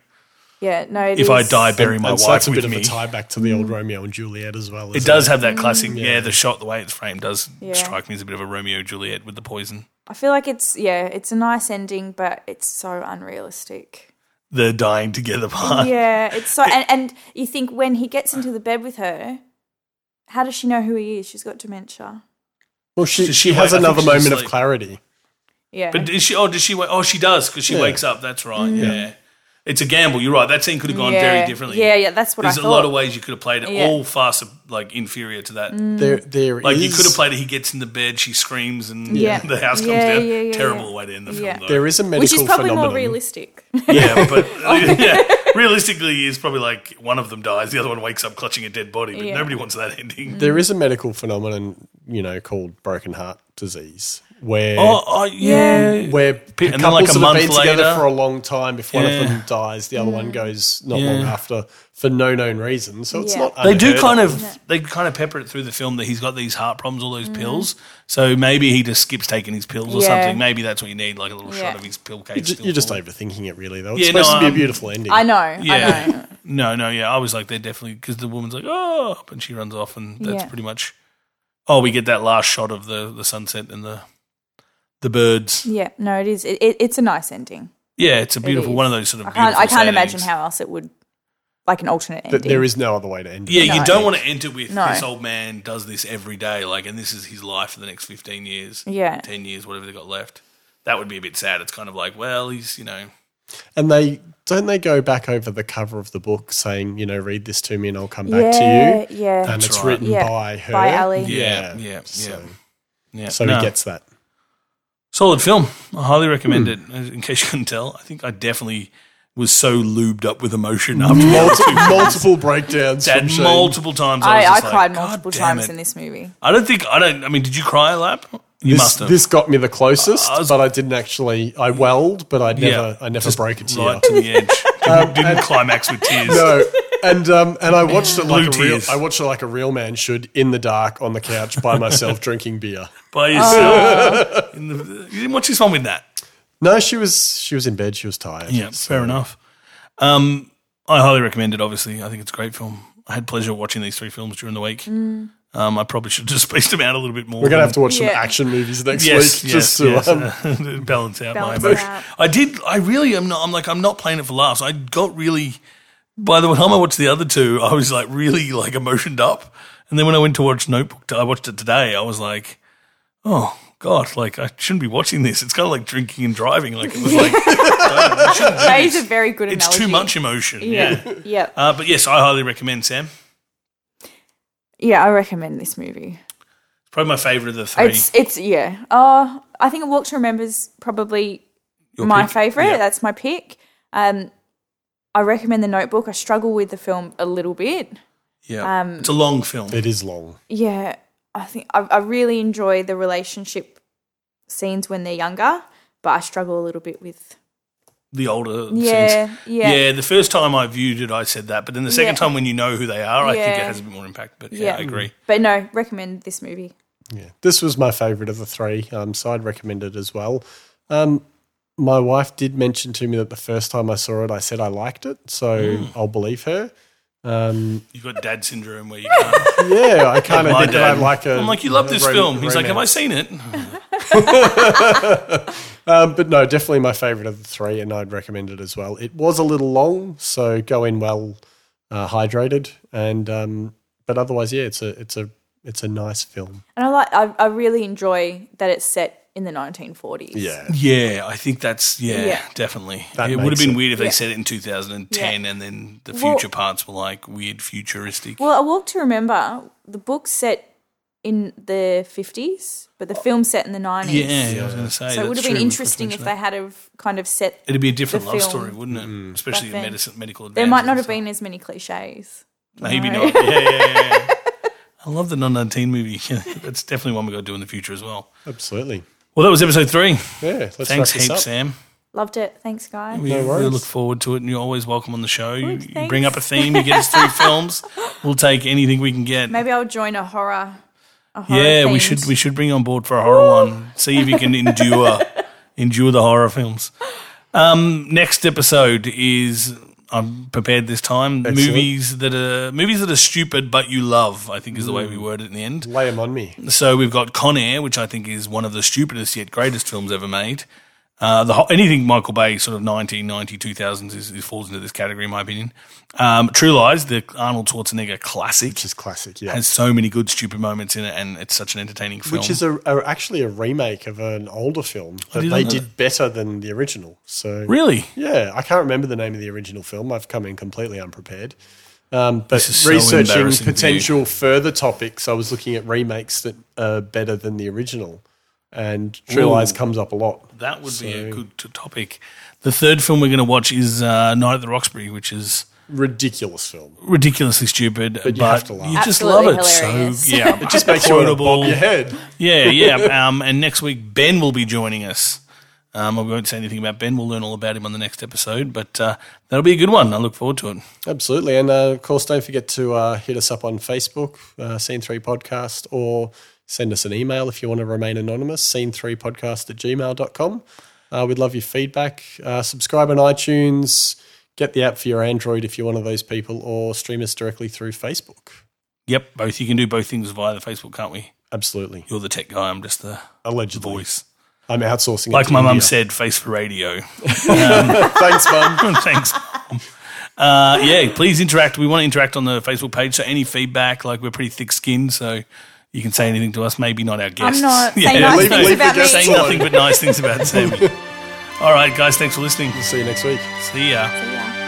Yeah, no. it
if I
is-
die, bury my
and so
wife
that's a
with
bit
me.
of a tie back to the old
Mm.
Romeo and Juliet as well.
It
isn't
does have that classic, yeah. The shot, the way it's framed, does
Yeah.
strike me as a bit of a Romeo and Juliet with the poison,
I feel like it's yeah, it's a nice ending, but it's so unrealistic.
the dying together [LAUGHS] part.
Yeah, it's so and, and you think when he gets into the bed with her, how does she know who he is? She's got dementia.
Well, she,
She-
she,
she
has
wa- I think
another
she's
moment
asleep.
of clarity.
Yeah.
But is she? Oh, does she? wa- Oh, she does because she
Yeah.
wakes up. That's right. Yeah. it's a gamble. You're right. That scene could have gone
Mm. yeah.
very differently.
Yeah, yeah, that's what
There's a
I thought.
lot of ways you could have played it.
Yeah. Mm.
All far sup- like inferior to that.
There, there
Like you
is-
could have played it. He gets in the bed, she screams, and
Yeah.
[LAUGHS] the house comes
Yeah,
down.
yeah, yeah,
Terrible
yeah.
way to end the
Yeah.
film, though.
There is a medical
Which is probably
phenomenon.
[LAUGHS]
more realistic.
Yeah, but yeah, realistically, it's probably like one of them dies, the other one wakes up clutching a dead body, but
Yeah. Mm.
nobody wants that [LAUGHS] ending.
There is a medical phenomenon, you know, called broken heart disease, where
Oh, oh, yeah.
where
then,
couples
like, a
that
month
have been together
later-
for a long time. If one
Yeah.
of them dies, the other one goes not long
Yeah.
after for no known reason. So it's
Yeah.
not.
They do
unheard
kind of they kind of pepper it through the film that he's got these heart problems, all those pills. So maybe he just skips taking his pills or
Mm. Yeah.
something. Maybe that's what you need, like a little
Yeah.
shot of his pill
You're
case.
just,
still
you're just
full.
overthinking it, really. Though it's
Yeah, no, um,
supposed to be a
I'm-
beautiful ending.
I know. I know.
yeah. No, no, yeah. I was like, they're definitely because the woman's like, oh, and she runs off, and that's
Yeah.
pretty much. Oh, we get that last shot of the the sunset and the the birds.
Yeah, no, it is. It, it, it's a nice ending.
Yeah, it's a
It
beautiful
is.
one of those sort of.
I can't. I
beautiful
can't
sad
imagine
endings.
how else it would, like an alternate ending.
That there is no other way to end it.
Yeah, you
No.
don't want to enter with
No.
this old man does this every day, like, and this is his life for the next fifteen years.
Yeah.
10 years, whatever they got left. That would be a bit sad. It's kind of like, well, he's, you know,
And they don't they go back over the cover of the book saying, you know, read this to me and I'll come back to
Yeah.
you.
Yeah.
And it's
right.
written
Yeah,
by her.
by Ali.
yeah, yeah, yeah.
So,
yeah.
so
No.
he gets
[LAUGHS]
that.
solid film. I highly recommend
Hmm.
it. In case you couldn't tell, I think I definitely was so lubed up with
[LAUGHS]
emotion after
Multiple, multiple breakdowns.
that
from Shane.
multiple times. I,
I,
was
I
just like,
cried
"God
multiple
damn
times
it."
in
[LAUGHS]
this movie.
I don't think I don't. I mean, did you cry a lap? You
This,
must have.
this got me the closest,
I was-
but I didn't actually. I welled, but I never, I never
Just
broke a tear.
right to the edge.
[LAUGHS]
Didn't, didn't climax with tears.
Um, No, and um, and I watched it like
Blue
a real,
tears.
I watched it like a real man should in the dark on the couch by
[LAUGHS]
myself drinking beer.
Oh.
By yourself. In the, you didn't watch this one with that.
No, she was she was in bed. She was tired.
Yeah, fair enough.
Mm.
Um, I highly recommend it. Obviously, I think it's a great film. I had pleasure watching these three films during the week. Um, I probably should have just spaced them out a little bit more.
We're going to have to watch some
Yeah.
action movies next
Yes,
week just
yes,
to
yes.
um,
[LAUGHS] balance out
Balance
my
it
emotion.
out.
I did. I really am not. I'm like I'm not playing it for laughs. I got really. By the time I watched the other two, I was like really like emotioned up, and then when I went to watch Notebook, I watched it today. I was like, oh god, like I shouldn't be watching this. It's kind of like drinking and driving. Like it was like
That is a very good
it's
analogy.
too much emotion. Yeah.
Yeah.
[LAUGHS]
yeah.
Uh, but yes, I highly recommend Sam.
Yeah, I recommend this movie.
It's probably my favorite of the three.
It's it's yeah. Uh I think A Walk to Remember's probably
Your
my
pick?
favorite.
Yeah.
That's my pick. Um I recommend The Notebook. I struggle with the film a little bit.
yeah.
um,
it's a long film.
[LAUGHS] It is long.
Yeah, I think I, I really enjoy the relationship scenes when they're younger, but I struggle a little bit with.
the older
Yeah,
sense.
yeah.
The first time I viewed it, I said that, but then the second
Yeah.
time when you know who they are, I think it
Yeah.
has a bit more impact. But yeah,
Yeah.
I agree.
But no, recommend this movie.
Yeah, this was my favorite of the three, um, so I'd recommend it as well. Um, my wife did mention to me that the first time I saw it, I said I liked it, so
Hmm.
I'll believe her. Um,
You've got dad syndrome
[LAUGHS]
where you can't.
yeah,
[LAUGHS]
I kind of
my
think that I
dad.
like um, a.
I'm like, you love this
rom-
film. He's like, have I
romance.
seen
[LAUGHS]
it?
Um, but no, definitely my favorite of the three, and I'd recommend it as well. It was a little long, so go in well uh, hydrated, and um, but otherwise, yeah, it's a it's a it's a nice film.
And I like. I, I really enjoy that it's set in the 1940s.
Yeah, I think that's yeah,
Yeah.
definitely.
That
it would have
makes
been
it-
weird if they said it in 2010, and then the
Well-
future parts were like weird futuristic.
Well, A Walk to Remember, the book's set in the 50s, but the film's set in the 90s.
yeah, I was going to say.
So it would
that's
have been
true.
interesting
We've
if
mentioned
they had have kind of set.
that. It'd be a different
the
love
film
story, wouldn't it?
Mm.
Especially in
then-
medicine, medical advances.
There might not
and
have
stuff.
been as many cliches.
Maybe not. Yeah, yeah, yeah. yeah. [LAUGHS] I love the non-19 movie. [LAUGHS] That's definitely one we got to do in the future as well.
absolutely.
Well, that was episode three.
Yeah, let's
Thanks
wrap this
heaps,
up.
Sam.
Loved it. Thanks, guys.
We,
No
we
worries.
look forward to it, and you're always welcome on the show. You,
Good,
you bring up a
thanks.
theme, you get us
[LAUGHS]
three films. We'll take anything we can get.
Maybe I'll join a horror. A horror
yeah, we
themed-
should we should bring you on board for a horror one. See if you can
[LAUGHS]
endure endure the horror films. Um, next episode is I'm prepared this time.
Excellent.
Movies that are movies that are stupid but you love. I think is the way
Mm.
we word it in the end.
Lay 'em on me.
So we've got Con Air, which I think is one of the stupidest yet greatest films ever made. Uh, the ho- anything Michael Bay, sort of 1990, 2000s, is, is falls into this category, in my opinion. Um, True Lies, the Arnold Schwarzenegger classic,
Just classic, yeah.
has so many good stupid moments in it, and it's such an entertaining film.
which is a, a actually a remake of an older film that
didn't
they
know
did better than the original. So
really
yeah, I can't remember the name of the original film. I've come in completely unprepared. Um, but
is so
researching
embarrassing for you.
potential further topics, I was looking at remakes that are better than the original, and True
Ooh.
Lies comes up a lot.
that would be a good t- topic. The third film we're going to watch is uh, Night at the Roxbury, which is
Ridiculous film.
ridiculously stupid, but
you have to laugh.
you just
Absolutely
love it.
hilarious.
[LAUGHS]
So yeah,
Just makes you want to bob your head.
Yeah, yeah. Um, and next week, Ben will be joining us. Um, I won't say anything about Ben. We'll learn all about him on the next episode, but uh, that'll be a good one. I look forward to it.
Absolutely. And uh, of course, don't forget to uh, hit us up on Facebook, uh, Scene3 Podcast, or send us an email if you want to remain anonymous, scene3podcast at gmail.com. Uh, we'd love your feedback. Uh, subscribe on iTunes, get the app for your Android if you're one of those people, or stream us directly through Facebook.
Yep, both you can do both things via the Facebook, can't we?
Absolutely.
You're the tech guy. I'm just the
Allegedly.
voice.
I'm outsourcing it
Like
to
my mum
India.
said, face for radio. [LAUGHS] Oh,
Thanks, mum.
Thanks. Mum. Uh, yeah, please interact. We want to interact on the Facebook page. So any feedback, like we're pretty thick-skinned, so you can say anything to us. Maybe not our guests. [LAUGHS]
not. Say nice
Leave- things leave the about me. guests
Say
alone.
nothing but nice things about Sam. All right, guys. Thanks for listening.
See you next week.
See ya.
Yeah.